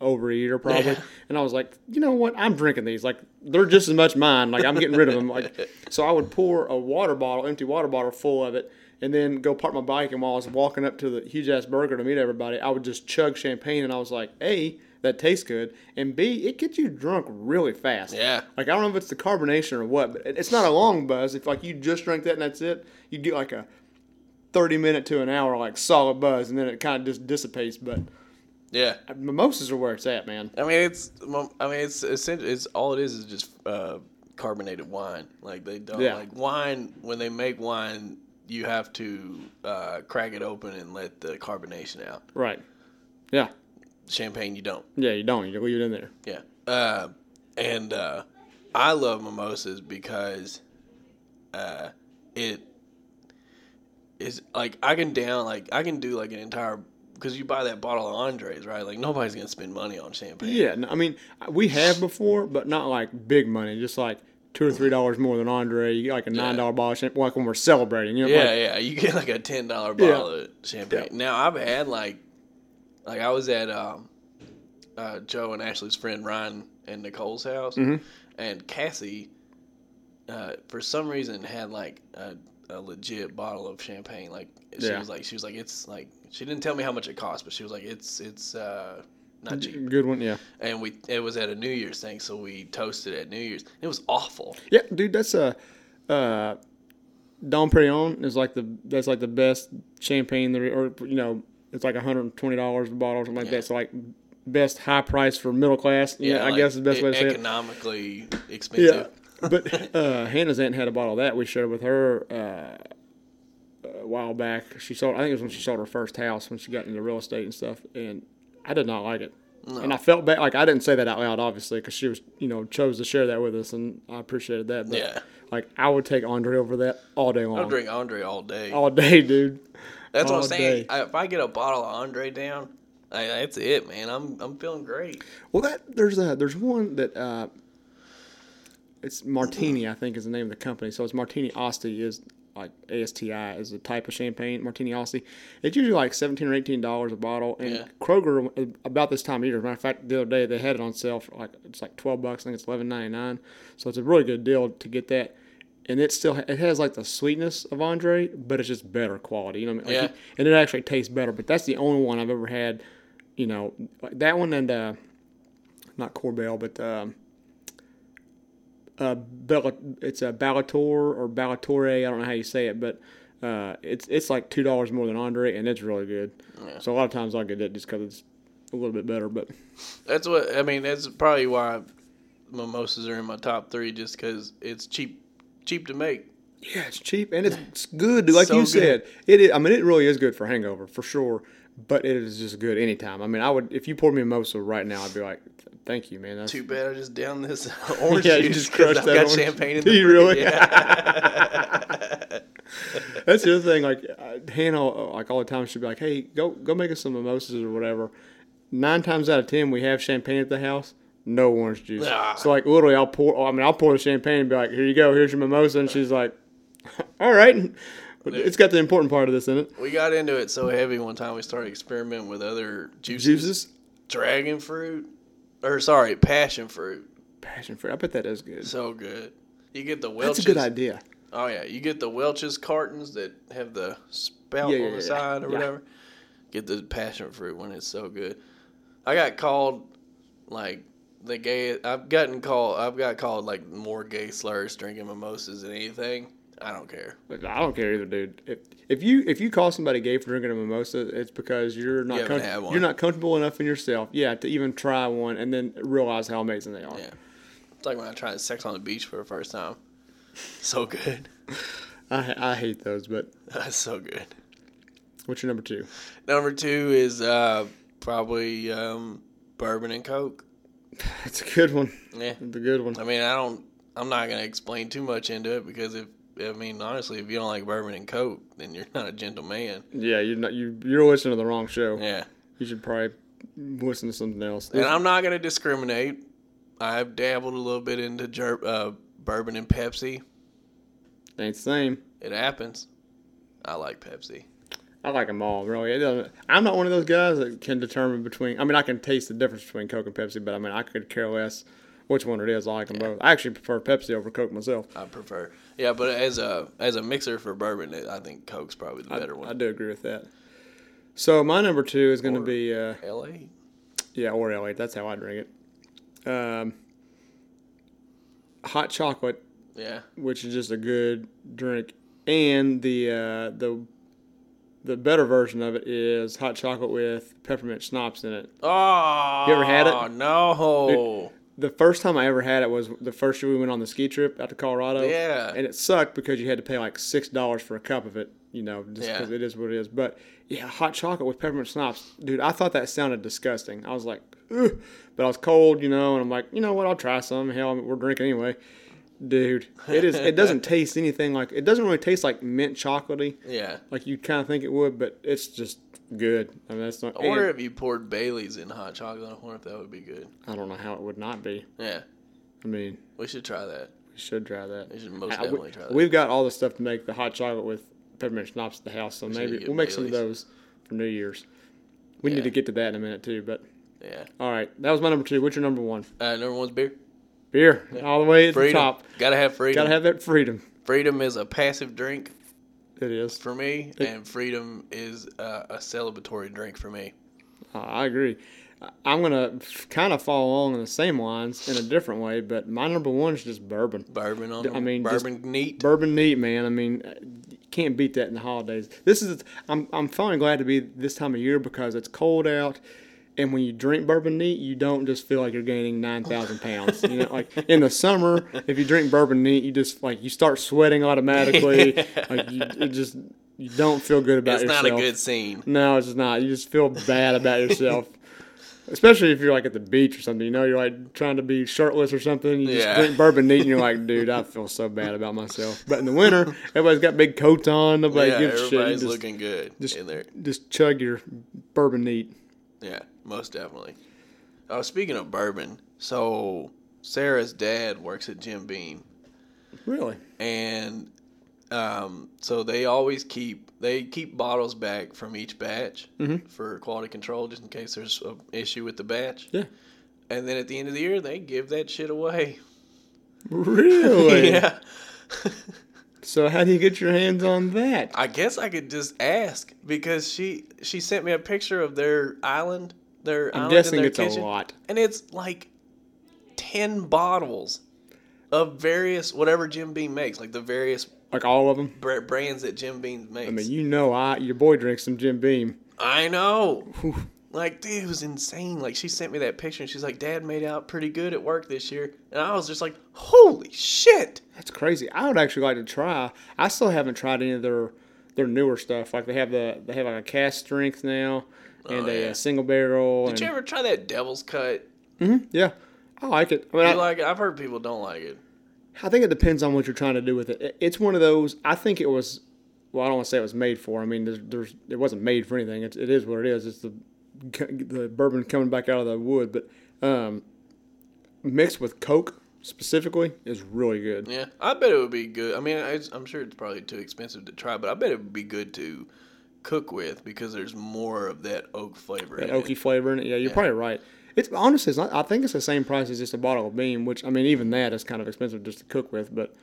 S1: over a year probably.
S2: Yeah.
S1: And I was like, you know what? I'm drinking these. Like, they're just as much mine. Like, I'm getting rid of them.
S2: <laughs>
S1: Like, so I would pour a water bottle, empty water bottle full of it, and then go park my bike. And while I was walking up to the huge ass burger to meet everybody, I would just chug champagne. And I was like, A, that tastes good. And B, it gets you drunk really fast.
S2: Yeah.
S1: Like I don't know if it's the carbonation or what, but it- it's not a long buzz. If like you just drank that and that's it, you get like a thirty minute to an hour like solid buzz, and then it kind of just dissipates. But
S2: Yeah.
S1: mimosas are where it's at, man.
S2: I mean, it's I mean, it's essentially it's all it is is just uh, carbonated wine. Like they don't
S1: Yeah.
S2: like wine when they make wine. You have to uh, crack it open and let the carbonation out.
S1: Right? Yeah,
S2: Champagne, you don't.
S1: yeah. You don't. You leave it in there.
S2: Yeah. Uh, and uh, I love mimosas because uh, it is like I can down like I can do like an entire because you buy that bottle of Andres right. Like nobody's gonna spend money on champagne.
S1: Yeah. No, I mean, uh, we have before, but not like big money. Just like two or three dollars more than Andre. You get like a nine dollar bottle, of champ- like when we're celebrating. You know,
S2: Yeah,
S1: like,
S2: yeah. You get like a ten dollar bottle of champagne.
S1: Yeah.
S2: Now I've had like, like I was at um, uh, Joe and Ashley's friend Ryan and Nicole's house,
S1: Mm-hmm.
S2: and Cassie, uh, for some reason had like a, a legit bottle of champagne. Like she
S1: Yeah.
S2: was like she was like it's like she didn't tell me how much it cost, but she was like it's it's uh, not cheap.
S1: good one. Yeah.
S2: And we it was at a New Year's thing, so we toasted at New Year's. It was awful.
S1: Yeah, dude, that's a uh, Dom Perignon is like the that's like the best champagne there, or you know, it's like hundred and twenty dollars a bottle or something like that. So like best high price for middle class. Yeah, I
S2: like,
S1: guess is the best
S2: e-
S1: way to say it.
S2: economically expensive.
S1: Yeah, <laughs> but uh, Hannah's aunt had a bottle of that we shared with her uh, a while back. She sold. I think it was when she sold her first house when she got into real estate and stuff. And I did not like it. And I felt bad. Like I didn't say that out loud, obviously, because she was, you know, chose to share that with us, and I appreciated that. But,
S2: Yeah.
S1: Like I would take Andre over that all day long,
S2: I'll drink Andre all day.
S1: all day, dude.
S2: That's what I'm
S1: all
S2: saying.
S1: day.
S2: I, if I get a bottle of Andre down, I, that's it, man. I'm I'm feeling great.
S1: Well, that there's a there's one that uh, it's Martini, I think, is the name of the company. So it's Martini Asti is like ASTI is a type of champagne, Martini Aussie. It's usually like seventeen or eighteen dollars a bottle. And
S2: Yeah.
S1: Kroger uh, about this time of year. As a matter of fact, the other day they had it on sale for like it's like twelve bucks. I think it's eleven ninety nine. So it's a really good deal to get that. And it still it has like the sweetness of Andre, but it's just better quality. You know what I mean? Like,
S2: Yeah.
S1: And it actually tastes better. But that's the only one I've ever had. You know, like that one and uh, not Corbel, but. Um, uh, Bella, it's a Ballator or Ballatore. I don't know how you say it, but uh, it's it's like two dollars more than Andre, and it's really good. So a lot of times I'll get that just because it's a little bit better. But
S2: That's what I mean. That's probably why mimosas are in my top three, just because it's cheap, cheap to make.
S1: yeah, it's cheap and it's, it's good. Like
S2: So
S1: you
S2: good.
S1: said, it. Is, I mean, it really is good for hangover for sure. But it is just good anytime. I mean, I would if you poured me a mimosa right now, I'd be like, "Thank you, man." That's
S2: Too bad I just downed this <laughs>
S1: <laughs>
S2: orange
S1: Yeah, you
S2: juice.
S1: just
S2: 'cause
S1: crushed
S2: I've
S1: that
S2: got
S1: orange- <laughs>
S2: champagne in
S1: Do
S2: the
S1: you really?
S2: <laughs> Yeah.
S1: <laughs> That's the other thing. Like uh, Hannah, uh, like all the time, she'd be like, "Hey, go go make us some mimosas or whatever." Nine times out of ten, we have champagne at the house. No orange juice.
S2: Ah.
S1: So like literally, I'll pour. I mean, I'll pour the champagne and be like, "Here you go. Here's your mimosa," and she's like, <laughs> "All right." But It's got the important part of this in it.
S2: we got into it so heavy one time we started experimenting with other juices.
S1: Juices,
S2: Dragon fruit, or sorry, passion fruit.
S1: passion fruit. I bet that is good.
S2: So good. You get the
S1: That's
S2: Welch's.
S1: a good idea.
S2: Oh yeah, you get the Welch's cartons that have the spout
S1: Yeah, yeah,
S2: on the
S1: yeah,
S2: side or
S1: yeah.
S2: whatever. Get the passion fruit one; it's so good. I got called like the gay. I've gotten called. I've got called like more gay slurs drinking mimosas than anything. I don't care.
S1: But I don't care either, dude. If, if you if you call somebody gay for drinking a mimosa, it's because you're not
S2: You haven't
S1: comf-
S2: had one.
S1: you're not comfortable enough in yourself, yeah, to even try one and then realize how amazing they are.
S2: Yeah, it's like when I tried sex on the beach for the first time. <laughs> So good. <laughs>
S1: I I hate those, but
S2: That's so good.
S1: what's your number two? <laughs>
S2: Number two is uh, probably um, bourbon and coke.
S1: That's a good one.
S2: Yeah.
S1: That's a good one.
S2: I mean, I don't. I'm not gonna explain too much into it because if I mean honestly, if you don't like bourbon and coke, then you're <laughs> not a gentleman.
S1: Yeah, you're not you you're listening to the wrong show.
S2: Yeah,
S1: You should probably listen to something else.
S2: and I'm not gonna discriminate. I've dabbled a little bit into jer- uh, bourbon and Pepsi.
S1: Ain't the same.
S2: It happens. I like Pepsi.
S1: I like them all, really. It doesn't, I'm not one of those guys that can determine between. I mean, I can taste the difference between Coke and Pepsi, but I mean, I could care less which one it is. I like them both. I actually prefer Pepsi over Coke myself.
S2: I prefer. Yeah, but as a as a mixer for bourbon, it- I think Coke's probably the better
S1: I
S2: one.
S1: do agree with that. So my number two is going to
S2: Or-
S1: be uh,
S2: L.A.
S1: yeah, or L8. That's how I drink it. Um, hot chocolate
S2: Yeah,
S1: which is just a good drink. And the uh, the the better version of it is hot chocolate with peppermint schnapps in it.
S2: Oh,
S1: You ever had it?
S2: No.
S1: The first time I ever had it was the first year we went on the ski trip out to Colorado.
S2: Yeah.
S1: and it sucked because you had to pay like six dollars for a cup of it. You know, just
S2: Yeah.
S1: because it is what it is. But yeah, hot chocolate with peppermint schnapps, dude. I thought that sounded disgusting. I was like, Ugh. but I was cold, you know, and I'm like, you know what? I'll try some. Hell, we're drinking anyway. Dude, it is. It
S2: <laughs>
S1: doesn't taste anything like. It doesn't really taste like mint chocolatey.
S2: Yeah.
S1: like you kind of think it would, but it's just good. I mean, that's not.
S2: I wonder
S1: and
S2: if you poured Bailey's in hot chocolate. I wonder if that would be good.
S1: I don't know how it would not be.
S2: Yeah,
S1: I mean,
S2: we should try that.
S1: we should try that.
S2: We should most
S1: I- we-
S2: definitely try that.
S1: We've got all the stuff to make the hot chocolate with peppermint schnapps at the house, so maybe
S2: get
S1: we'll make some of
S2: Baileys.
S1: those for New Year's. We
S2: Yeah.
S1: need to get to that in a minute too. But
S2: yeah.
S1: all right, that was my number two. What's your number one?
S2: Uh, number one's beer.
S1: Beer, all the way at
S2: Freedom.
S1: the top.
S2: Gotta have freedom.
S1: Gotta have that freedom.
S2: freedom is a passive drink
S1: It is.
S2: for me, and freedom is uh, a celebratory drink for me.
S1: Uh, I agree. I- I'm gonna kind of follow along in the same lines in a different way, but my number one is just bourbon.
S2: Bourbon on.
S1: I mean, just-
S2: bourbon neat.
S1: Bourbon neat, man. I mean, uh, you can't beat that in the holidays. This is I'm I'm finally glad to be this time of year because it's cold out, and when you drink bourbon neat, you don't just feel like you're gaining nine thousand pounds. You know, like in the summer, if you drink bourbon neat, you just like you start sweating automatically.
S2: <laughs>
S1: Like you it just you don't feel good about
S2: it's
S1: yourself.
S2: not a good scene.
S1: No, it's not. You just feel bad about
S2: <laughs>
S1: yourself. Especially if you're like at the beach or something, you know, you're like trying to be shirtless or something. You just
S2: Yeah.
S1: drink bourbon neat, and you're
S2: <laughs>
S1: like, dude, I feel so bad about myself. But in the winter, everybody's got big coats on. Nobody
S2: yeah,
S1: gives a shit. You
S2: everybody's
S1: just,
S2: looking good
S1: just,
S2: in there.
S1: just chug your bourbon neat.
S2: Yeah, most definitely. Oh, speaking of bourbon, so Sarah's dad works at Jim Beam.
S1: Really?
S2: and Um, so they always keep they keep bottles back from each batch
S1: Mm-hmm.
S2: for quality control, just in case there's an issue with the batch.
S1: Yeah.
S2: And then at the end of the year, they give that shit
S1: <laughs>
S2: away.
S1: Really?
S2: <laughs> yeah.
S1: So how do you get your hands on that?
S2: I guess I could just ask because she she sent me a picture of their island. Their
S1: I'm
S2: island in
S1: guessing
S2: their
S1: it's
S2: kitchen,
S1: a lot.
S2: and it's like ten bottles of various whatever Jim Beam makes, like the various
S1: Like all of them.
S2: br- brands that Jim Beam makes.
S1: I mean, you know, I your boy drinks some Jim Beam.
S2: I know. Like, dude, it was insane. Like, she sent me that picture and she's like, Dad made out pretty good at work this year. And I was just like, holy shit.
S1: That's crazy. I would actually like to try. I still haven't tried any of their their newer stuff. Like they have the they have like a cast strength now, and a,
S2: yeah.
S1: uh single barrel.
S2: Did
S1: and-
S2: you ever try that devil's cut?
S1: Yeah, I like it. I mean,
S2: You
S1: I,
S2: like it? I've heard people don't like it.
S1: I think it depends on what you're trying to do with it. It- It's one of those. I think it was. Well, I don't want to say it was made for. I mean, there's, there's it wasn't made for anything. It's, it is what it is. It's the the bourbon coming back out of the wood, but um, mixed with Coke specifically is really good.
S2: Yeah. I bet it would be good. I mean, it's, I'm sure it's probably too expensive to try, but I bet it would be good to cook with because there's more of that oak flavor.
S1: That
S2: in it.
S1: oaky flavor in it. Yeah, you're probably right. It's honestly, it's not, I think it's the same price as just a bottle of Beam, which I mean, even that is kind of expensive just to cook with. But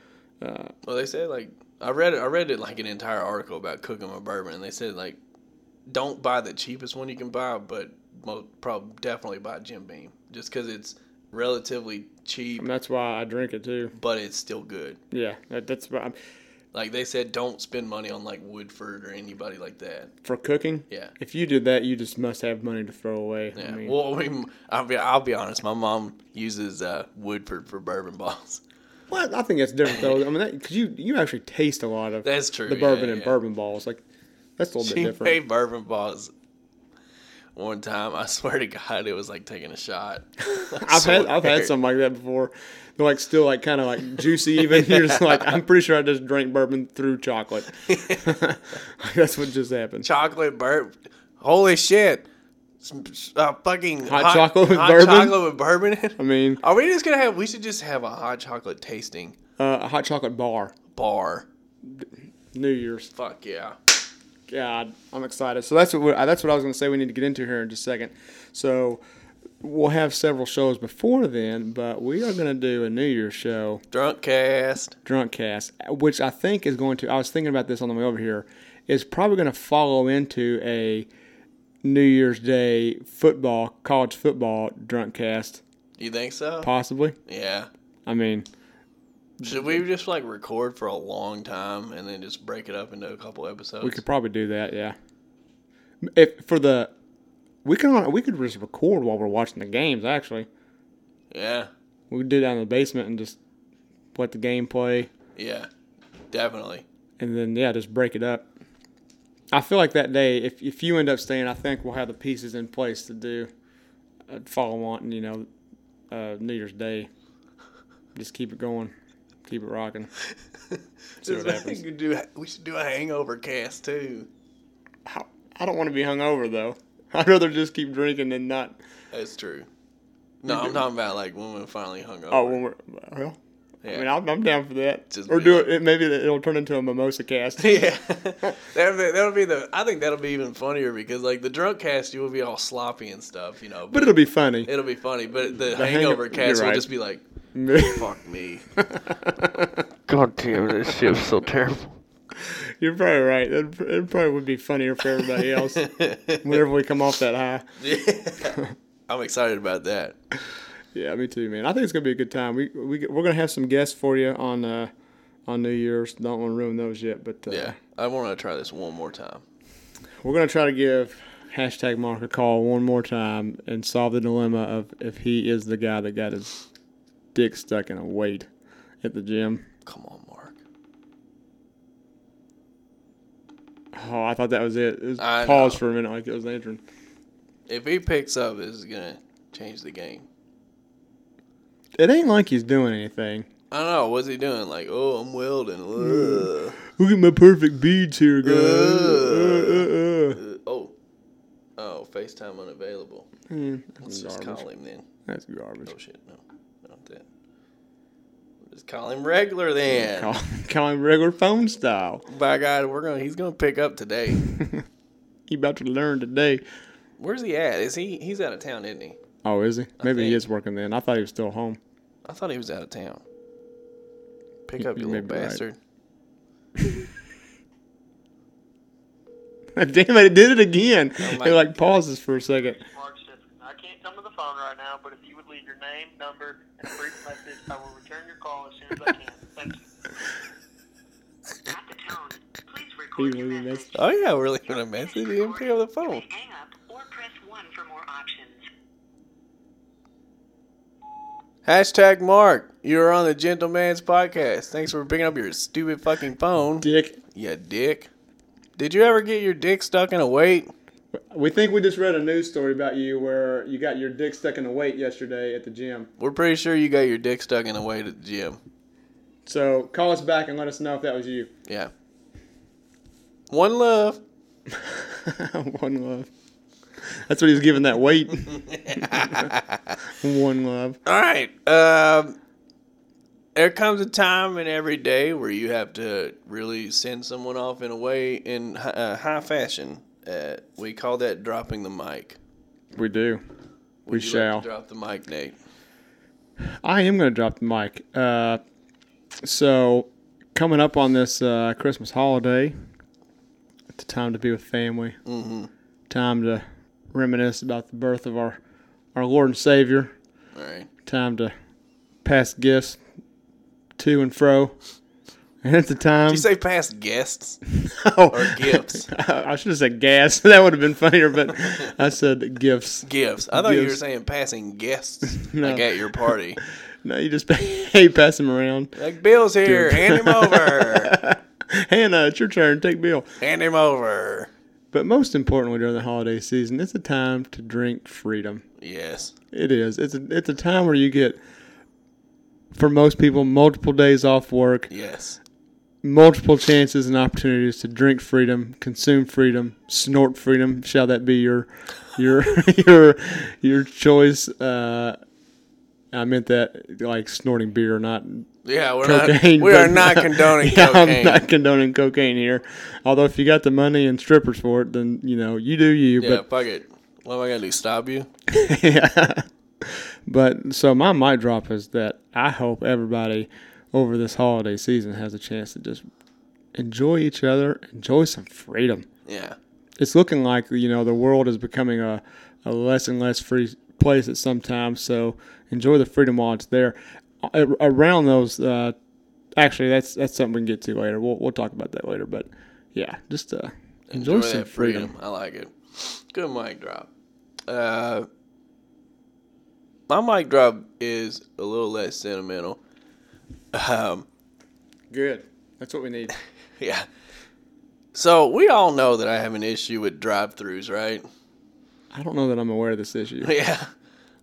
S2: Well, they said like I read I read it like an entire article about cooking a bourbon, and they said like don't buy the cheapest one you can buy, but most probably definitely buy Jim Beam just because it's relatively cheap,
S1: and that's why I drink it too.
S2: but it's still good.
S1: Yeah, that, that's why um, I'm,
S2: Like they said, don't spend money on like Woodford or anybody like that.
S1: for cooking.
S2: Yeah.
S1: If you did that, you just must have money to throw away.
S2: Yeah.
S1: I mean,
S2: well, I mean, I'll be I'll be honest. My mom uses uh, Woodford for bourbon balls. <laughs>
S1: Well, I think that's different though. I mean, because you you actually taste a lot of
S2: That's true.
S1: the
S2: yeah,
S1: bourbon and
S2: yeah.
S1: bourbon balls. Like that's a little
S2: She
S1: bit different.
S2: made bourbon balls one time. I swear to God, it was like taking a shot. <laughs>
S1: I've had I've had something like that before. They're like still like kind of like juicy. Even you're just like I'm pretty sure I just drank bourbon through chocolate. <laughs> Like, that's what just happened.
S2: chocolate bourbon. Holy shit! Some, uh, fucking
S1: Hot chocolate with bourbon?
S2: chocolate with bourbon. in it?
S1: I mean,
S2: Are we just gonna have? We should just have a hot chocolate tasting
S1: uh, a hot chocolate bar.
S2: bar.
S1: New Year's.
S2: Fuck yeah!
S1: God, I'm excited. So that's what we, that's what I was going to say. We need to get into here in just a second. So we'll have several shows before then, but we are going to do a New Year's show.
S2: Drunk cast.
S1: drunk cast, which I think is going to. I was thinking about this on the way over here. Is probably going to follow into a New Year's Day football, college football drunk cast,
S2: You think so?
S1: possibly.
S2: yeah.
S1: I mean,
S2: Should we just like record for a long time and then just break it up into a couple episodes?
S1: we could probably do that. Yeah. If for the, we can we could just record while we're watching the games. Actually,
S2: yeah.
S1: we could do that in the basement and just let the game play,
S2: Yeah. Definitely.
S1: and then yeah, just break it up. I feel like that day, if if you end up staying, I think we'll have the pieces in place to do a follow on, you know, uh, New Year's Day. Just keep it going, keep it rocking. See what happens.
S2: We could do- we should do a hangover cast too.
S1: How- I don't want to be hungover though. <laughs> I'd rather just keep drinking than not.
S2: That's true. No, I'm talking about like when we finally hung over.
S1: Oh, when we're well, I
S2: Yeah.
S1: mean, I'm, I'm down for that.
S2: Just
S1: or
S2: be
S1: do
S2: like-
S1: it, it. Maybe it'll turn into a mimosa cast. <laughs>
S2: <laughs> Yeah, that'll be, that'll be the. I think that'll be even funnier because like the drunk cast, you will be all sloppy and stuff, you know. But
S1: But it'll be funny. <laughs>
S2: it'll be funny. But the,
S1: hang-
S2: hangover
S1: you're
S2: cast will
S1: right.
S2: just be like, "Fuck me."
S3: God damn, that shit was so terrible.
S1: You're probably right. It, it probably would be funnier for everybody
S2: <laughs>
S1: else whenever we come off that high.
S2: I'm excited about that.
S1: Yeah, me too, man. I think it's gonna be a good time. We we we're gonna have some guests for you on uh on New Year's. Don't want to ruin those yet, but uh,
S2: Yeah, I want to try this one more time.
S1: we're gonna try to give hashtag Mark a call one more time and solve the dilemma of if he is the guy that got his dick stuck in a weight at the gym.
S2: Come on, Mark.
S1: Oh, I thought that was it. It was
S2: I
S1: paused
S2: know.
S1: for a minute like it was an entrance.
S2: If he picks up, this is gonna change the game.
S1: It ain't like he's doing anything.
S2: I don't know. What's he doing? Like, oh, I'm welding. Ugh.
S1: Look at my perfect beads here, guys. Uh, uh, uh.
S2: Uh, oh, oh, FaceTime unavailable. Let's just
S1: Hmm, garbage.
S2: call him then.
S1: That's garbage.
S2: Oh shit, no, not that. Just call him regular then.
S1: Call, <laughs> call him regular phone style.
S2: <laughs> By God, we're gonna he's gonna pick up today.
S1: You about to learn today.
S2: Where's he at? Is he he's out of town, isn't he?
S1: Oh, is he? Maybe he
S2: think-
S1: is working then. I thought he was still home. <laughs>
S2: I thought he was out of town. Pick up
S1: you
S2: you
S1: may
S2: little
S1: be right.
S2: bastard.
S1: Damn it! It did it again.
S2: Oh my-
S1: it like pauses for a second.
S4: Mark said, I can't come to the phone right now, but if you would leave your name, number, and a brief message, I will return your call as soon as I can. Thank you.
S5: At the tone, please record your
S1: really
S5: message.
S2: Oh yeah, we're leaving a message. He didn't pick up the phone.
S5: Hang up or press 1 for more options.
S2: Hashtag Mark, you're on the Gentleman's podcast. Thanks for picking up your stupid fucking phone.
S1: Dick,
S2: Yeah, dick. Did you ever get your dick stuck in a weight?
S1: we think we just read a news story about you where you got your dick stuck in a weight yesterday at the gym.
S2: We're pretty sure you got your dick stuck in a weight at the gym.
S1: So call us back and let us know if that was you.
S2: Yeah. One love.
S1: <laughs> One love. That's what he was giving that
S2: <laughs>
S1: weight. One love.
S2: All right. Um, there comes a time in every day where you have to really send someone off in a way in hi- uh, high fashion. Uh, we call that dropping the mic.
S1: We do. we
S2: Would you like to
S1: shall.
S2: drop the mic, Nate.
S1: I am going to drop the mic. Uh, so, coming up on this uh, Christmas holiday, it's a time to be with family. Mm-hmm. Time to reminisce about the birth of our, our Lord and Savior.
S2: All
S1: Um,
S2: right.
S1: Time to pass gifts to and fro. <laughs> And it's a time.
S2: Did you say past guests
S1: <laughs> Oh.
S2: or gifts?
S1: <laughs> I should have said gas. <laughs> that would have been funnier,
S2: <laughs>
S1: but I said gifts.
S2: gifts. I thought you were
S1: Gifts.
S2: saying passing
S1: <laughs>
S2: guests,
S1: No.
S2: like at your party.
S1: No, you just <laughs> hey, pass them around.
S2: Like Bill's here, hand
S1: <laughs>
S2: him over,
S1: Hannah, it's your turn. Take Bill.
S2: hand him over.
S1: But most importantly, during the holiday season, it's a time to drink freedom.
S2: Yes.
S1: It is. It's a, it's a time where you get, for most people, multiple days off work,
S2: Yes.
S1: multiple chances and opportunities to drink freedom, consume freedom, snort freedom. Shall that be your your <laughs> your your choice? Uh, I meant that like snorting beer, not
S2: Yeah, we're
S1: cocaine.
S2: not. We
S1: but-
S2: are not condoning
S1: <laughs> Yeah,
S2: cocaine.
S1: I'm not condoning cocaine here. Although if you got the money and strippers for it, then you know you do you.
S2: yeah, fuck it. What am I gonna do? Stop you?
S1: But yeah. <laughs> But so my mic drop is that I hope everybody over this holiday season has a chance to just enjoy each other, enjoy some freedom.
S2: Yeah.
S1: It's looking like you know the world is becoming a, a less and less free place at some time. So enjoy the freedom while it's there. A- Around those, uh, actually, that's that's something we can get to later. We'll we'll talk about that later. But yeah, just uh, enjoy,
S2: Enjoy
S1: some
S2: that freedom. I like it. Good mic drop. Uh, my mic drop is a little less sentimental. <laughs> Um,
S1: Good. That's what we need.
S2: yeah. So we all know that I have an issue with drive-throughs, right? <laughs>
S1: I don't know that I'm aware of this issue.
S2: Yeah.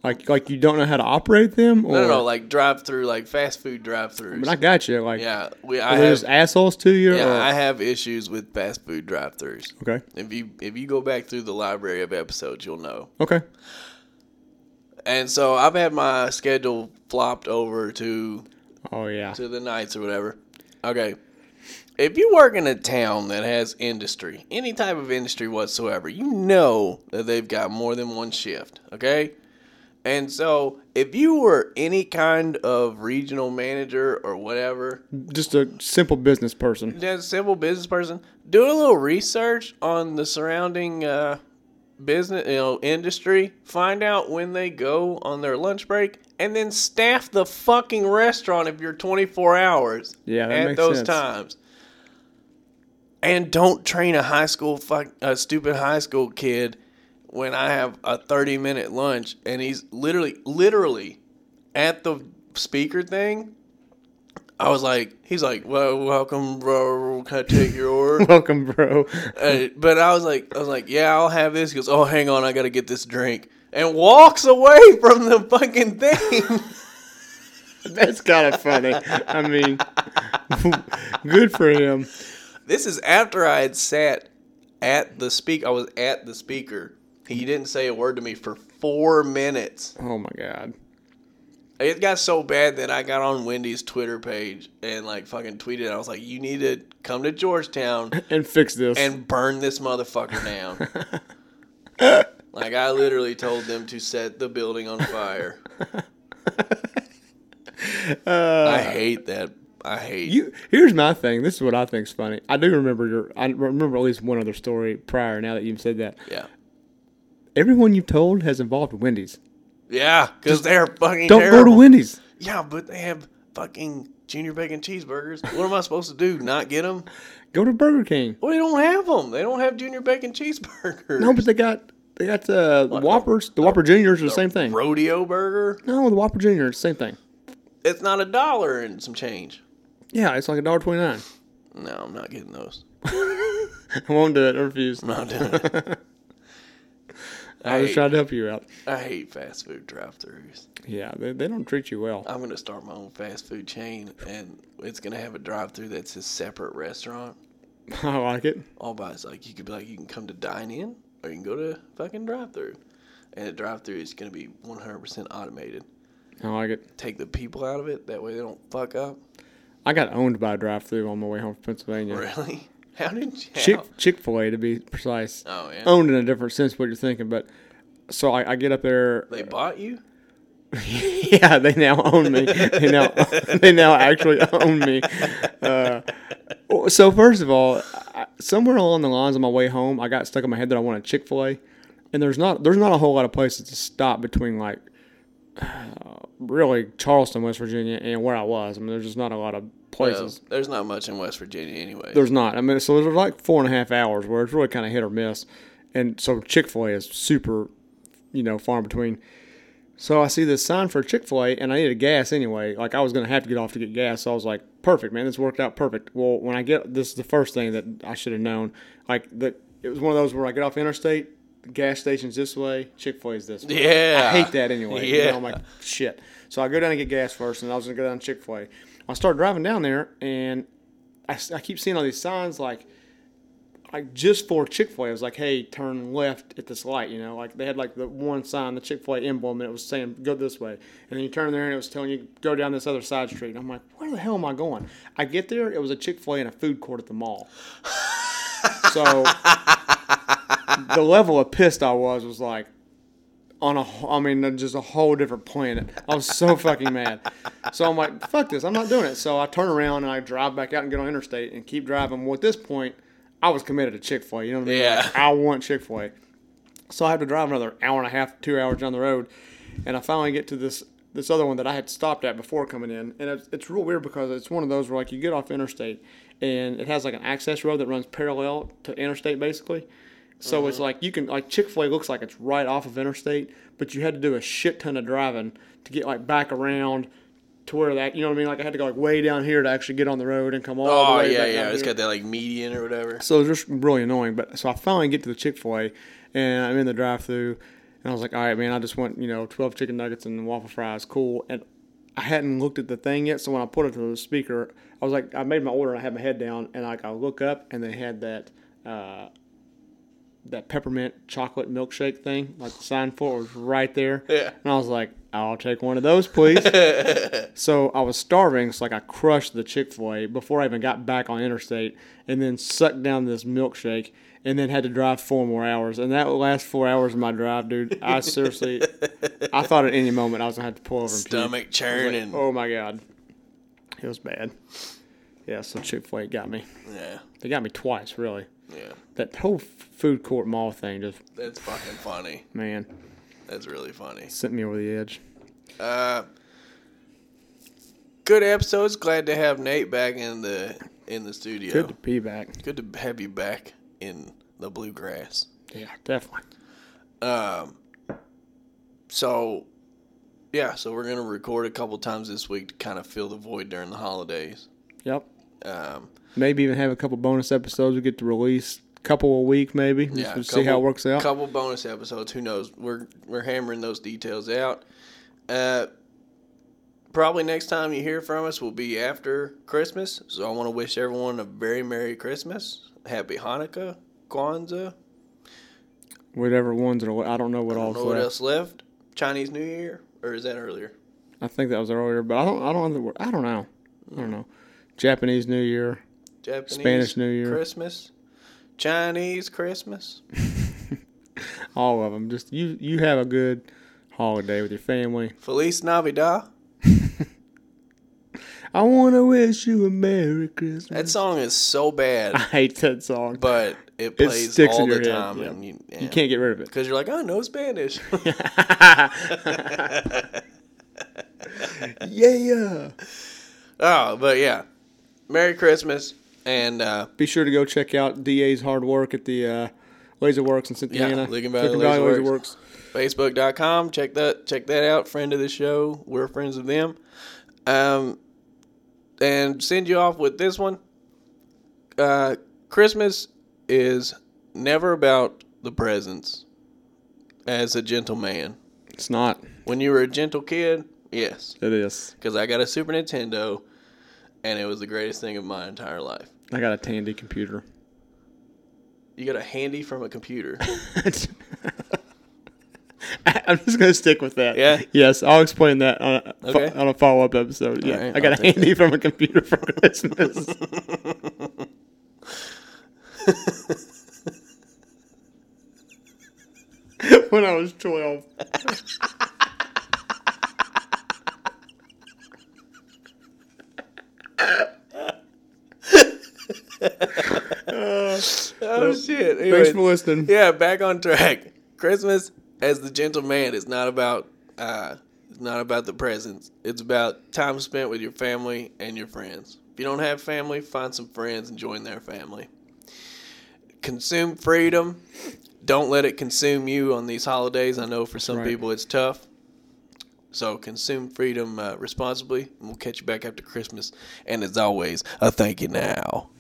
S1: Like like you don't know how to operate them or
S2: No, no, no, like drive through, like fast food drive throughs.
S1: but I got you. Like
S2: yeah, we. I
S1: are they just
S2: have,
S1: assholes to you?
S2: yeah,
S1: or-
S2: I have issues with fast food drive throughs.
S1: okay.
S2: If you if you go back through the library of episodes, you'll know.
S1: Okay.
S2: And so I've had my schedule flopped over to
S1: Oh yeah.
S2: to the nights or whatever. Okay. If you work in a town that has industry, any type of industry whatsoever, you know that they've got more than one shift, okay? And so, if you were any kind of regional manager or whatever,
S1: Just a simple business person. <laughs>
S2: just simple business person, do a little research on the surrounding uh, business, you know, industry. Find out when they go on their lunch break, and then staff the fucking restaurant if you're 24 hours
S1: Yeah, that
S2: at
S1: makes
S2: those
S1: sense.
S2: times. And don't train a high school fuck a stupid high school kid when I have a 30 minute lunch and he's literally literally at the speaker thing. I was like, he's like, well, welcome, bro. Can I take your order? <laughs>
S1: Welcome, bro. <laughs>
S2: Uh, but I was like, I was like, yeah, I'll have this. He goes, oh, hang on, I gotta get this drink, and walks away <laughs> from the fucking thing.
S1: That's kind of funny. I mean, <laughs> good for him.
S2: <laughs> this is after I had sat at the speak. I was at the speaker. He didn't say a word to me for four minutes,
S1: Oh my god.
S2: Like, it got so bad that I got on Wendy's Twitter page and like fucking tweeted. I was like, "You need to come
S1: <laughs>
S2: to Georgetown
S1: and fix this.
S2: and burn this motherfucker down."
S1: <laughs>
S2: like I literally told them to set the building
S1: <laughs>
S2: on fire. I hate that. I hate
S1: Uh, You here's my thing. This is what I think's funny. I do remember your. I remember at least one other story prior. Now that you've said that,
S2: Yeah.
S1: everyone you've told has involved Wendy's.
S2: Yeah, because they're fucking
S1: Don't go to
S2: terrible.
S1: Wendy's.
S2: Yeah, but they have fucking junior bacon cheeseburgers. What am I supposed to do? Not get them?
S1: Go to Burger King.
S2: Well, they don't have them. They don't have junior bacon cheeseburgers.
S1: No, but they got they got uh, the Whoppers.
S2: Oh.
S1: The Whopper Juniors are the same thing.
S2: rodeo burger.
S1: No, the Whopper Juniors same thing.
S2: It's not a dollar and some change.
S1: Yeah, it's like a dollar twenty nine.
S2: No, I'm not getting those.
S1: <laughs>
S2: <laughs>
S1: I won't do it. I refuse.
S2: I'm not doing it. I,
S1: I was
S2: hate,
S1: trying to help you out.
S2: I hate fast food drive-throughs.
S1: Yeah, they, they don't treat you well. <laughs>
S2: I'm gonna start my own fast food chain, and it's gonna have a drive-through that's a separate restaurant.
S1: I like it.
S2: all by it's like you could be like you can come to dine in or you can go to fucking drive through and the drive through is going to be 100% automated
S1: I like it.
S2: take the people out of it that way they don't fuck up
S1: I got owned by a drive through on my way home from Pennsylvania.
S2: <laughs> really how did you
S1: Chick
S2: how-
S1: Chick Fil A to be precise.
S2: oh yeah
S1: Owned in a different sense, what you're thinking. But so I, I get up there.
S2: they bought you
S1: <laughs> yeah, they now own me. They now <laughs> they now actually own me. Uh, so first of all, I, somewhere along the lines on my way home, I got stuck in my head that I want a Chick Fil A, and there's not there's not a whole lot of places to stop between like <sighs> uh, really Charleston, West Virginia, and where I was. I mean, there's just not a lot of
S2: well,
S1: places.
S2: there's not much in west virginia anyway
S1: There's not. I mean, so there's like four and a half hours where it's really kind of hit or miss, and so Chick Fil A is super, you know, far in between. So I see this sign for Chick Fil A, and I needed gas anyway. Like I was gonna have to get off to get gas, so I was like, "Perfect, man, this worked out perfect." Well, when I get this is the first thing that I should have known. Like the it was one of those where I get off interstate, the gas station's this way, Chick Fil A's this way.
S2: <laughs> yeah
S1: I hate that anyway. You know,
S2: Yeah.
S1: I'm like, shit. So I go down and get gas first, and I was gonna go down to Chick Fil A. I start driving down there, and I, s- I keep seeing all these signs like, like just for Chick Fil A. It was like, hey, turn left at this light. You know, like they had like the one sign, the Chick Fil A emblem, and it was saying go this way. And then you turn there, and it was telling you go down this other side street. And I'm like, where the hell am I going? I get there, it was a Chick Fil A and a food court at the mall. So the level of pissed I was was like on a wh- I mean just a whole different planet. I was so fucking mad. So I'm like, fuck this, I'm not doing it. So I turn around and I drive back out and get on interstate and keep driving. Well, at this point, I was committed to Chick Fil A. You know what I mean?
S2: Yeah.
S1: Like, I want Chick Fil A. So I have to drive another hour and a half, two hours down the road, and I finally get to this this other one that I had stopped at before coming in, and it's, it's real weird because it's one of those where like you get off interstate, and it has like an access road that runs parallel to interstate basically. So it's
S2: Mm-hmm.
S1: like you can like Chick Fil A looks like it's right off of interstate, but you had to do a shit ton of driving to get like back around to where that you know what I mean. Like I had to go like way down here to actually get on the road and come all the
S2: oh
S1: way.
S2: yeah
S1: back
S2: yeah
S1: out
S2: it's
S1: here.
S2: got that like median or whatever
S1: So it was just really annoying. But so I finally get to the Chick Fil A, and I'm in the drive-through, and I was like, all right, man, I just want you know 12 chicken nuggets and waffle fries, cool. And I hadn't looked at the thing yet, so when I put it to the speaker, I was like, I made my order, and I had my head down, and like I look up, and they had that. Uh, that peppermint chocolate milkshake thing, like the sign for it was right there.
S2: Yeah.
S1: And I was like, I'll take one of those,
S2: <laughs>
S1: please. So I was starving, so like I crushed the Chick Fil A before I even got back on interstate, and then sucked down this milkshake, and then had to drive four more hours. And that last four hours of my drive, dude, I seriously, I thought at any moment I was gonna have to pull over. and puke.
S2: stomach churning
S1: Oh my god, it was bad. Yeah, so Chick Fil A got me.
S2: yeah
S1: They got me twice, really.
S2: yeah
S1: That whole food court mall thing just,
S2: that's fucking funny
S1: man,
S2: that's really funny
S1: sent me over the edge.
S2: Uh, good episodes. Glad to have Nate back in the in the studio.
S1: Good to
S2: Good.
S1: be back.
S2: to have you back in the bluegrass.
S1: Yeah, definitely.
S2: Um, so yeah, so we're gonna record a couple times this week to kind of fill the void during the holidays.
S1: Yep.
S2: Um,
S1: maybe even have a couple bonus episodes we get to release couple a week maybe just
S2: yeah,
S1: to see how it works out
S2: Couple bonus episodes. Who knows? We're we're hammering those details out. Uh, probably next time you hear from us will be after Christmas. So I want to wish everyone a very merry Christmas, happy Hanukkah, Kwanzaa.
S1: whatever ones are i don't know what
S2: I
S1: all
S2: don't
S1: is
S2: know what
S1: left.
S2: else left. Chinese New Year, or is that earlier?
S1: I think that was earlier, but I don't. I don't. know the word- I don't know. I don't know. Japanese New Year.
S2: Japanese
S1: Spanish New Year.
S2: Christmas, Chinese Christmas.
S1: All of them. Just you. You have a good holiday with your family.
S2: Feliz Navidad.
S1: I want to wish you a Merry Christmas.
S2: That song is so
S1: I <laughs>
S2: bad,
S1: hate that song.
S2: but it
S1: It
S2: plays
S1: sticks
S2: all
S1: in your
S2: the
S1: head,
S2: time,
S1: yeah.
S2: and you,
S1: you can't get rid of it.
S2: because you're like, I know Spanish. <laughs>
S1: yeah.
S2: oh, but yeah, Merry Christmas, and uh,
S1: Be sure to go check out DA's hard work at the uh, Laser Works in Cynthiana.
S2: Lincoln Valley Laser Works. Facebook.com. Check that check that out. Friend of the show. We're friends of them. Um, and send you off with this one. Uh, Christmas is never about the presents. As a gentle man,
S1: It's not.
S2: when you were a gentle kid, yes,
S1: It is.
S2: because I got a Super Nintendo, and it was the greatest thing of my entire life.
S1: I got a Tandy computer.
S2: You got a handy from a computer.
S1: <laughs> I'm just gonna stick with that.
S2: Yeah?
S1: Yes, I'll explain that on a,
S2: Okay.
S1: on a follow up episode. Yeah,
S2: right,
S1: I got
S2: I'll
S1: a
S2: take
S1: handy from a computer for
S2: <laughs>
S1: Christmas. <laughs> when I was twelve.
S2: oh shit!
S1: Thanks
S2: Anyway.
S1: for listening.
S2: yeah, back on track. Christmas as the gentleman is not about uh it's not about the presents. It's about time spent with your family and your friends. If you don't have family, find some friends and join their family. Consume freedom. Don't let it consume you on these holidays. I know for some
S1: right.
S2: people it's tough. So consume freedom uh, responsibly. And we'll catch you back after Christmas. And as always, a thank you now.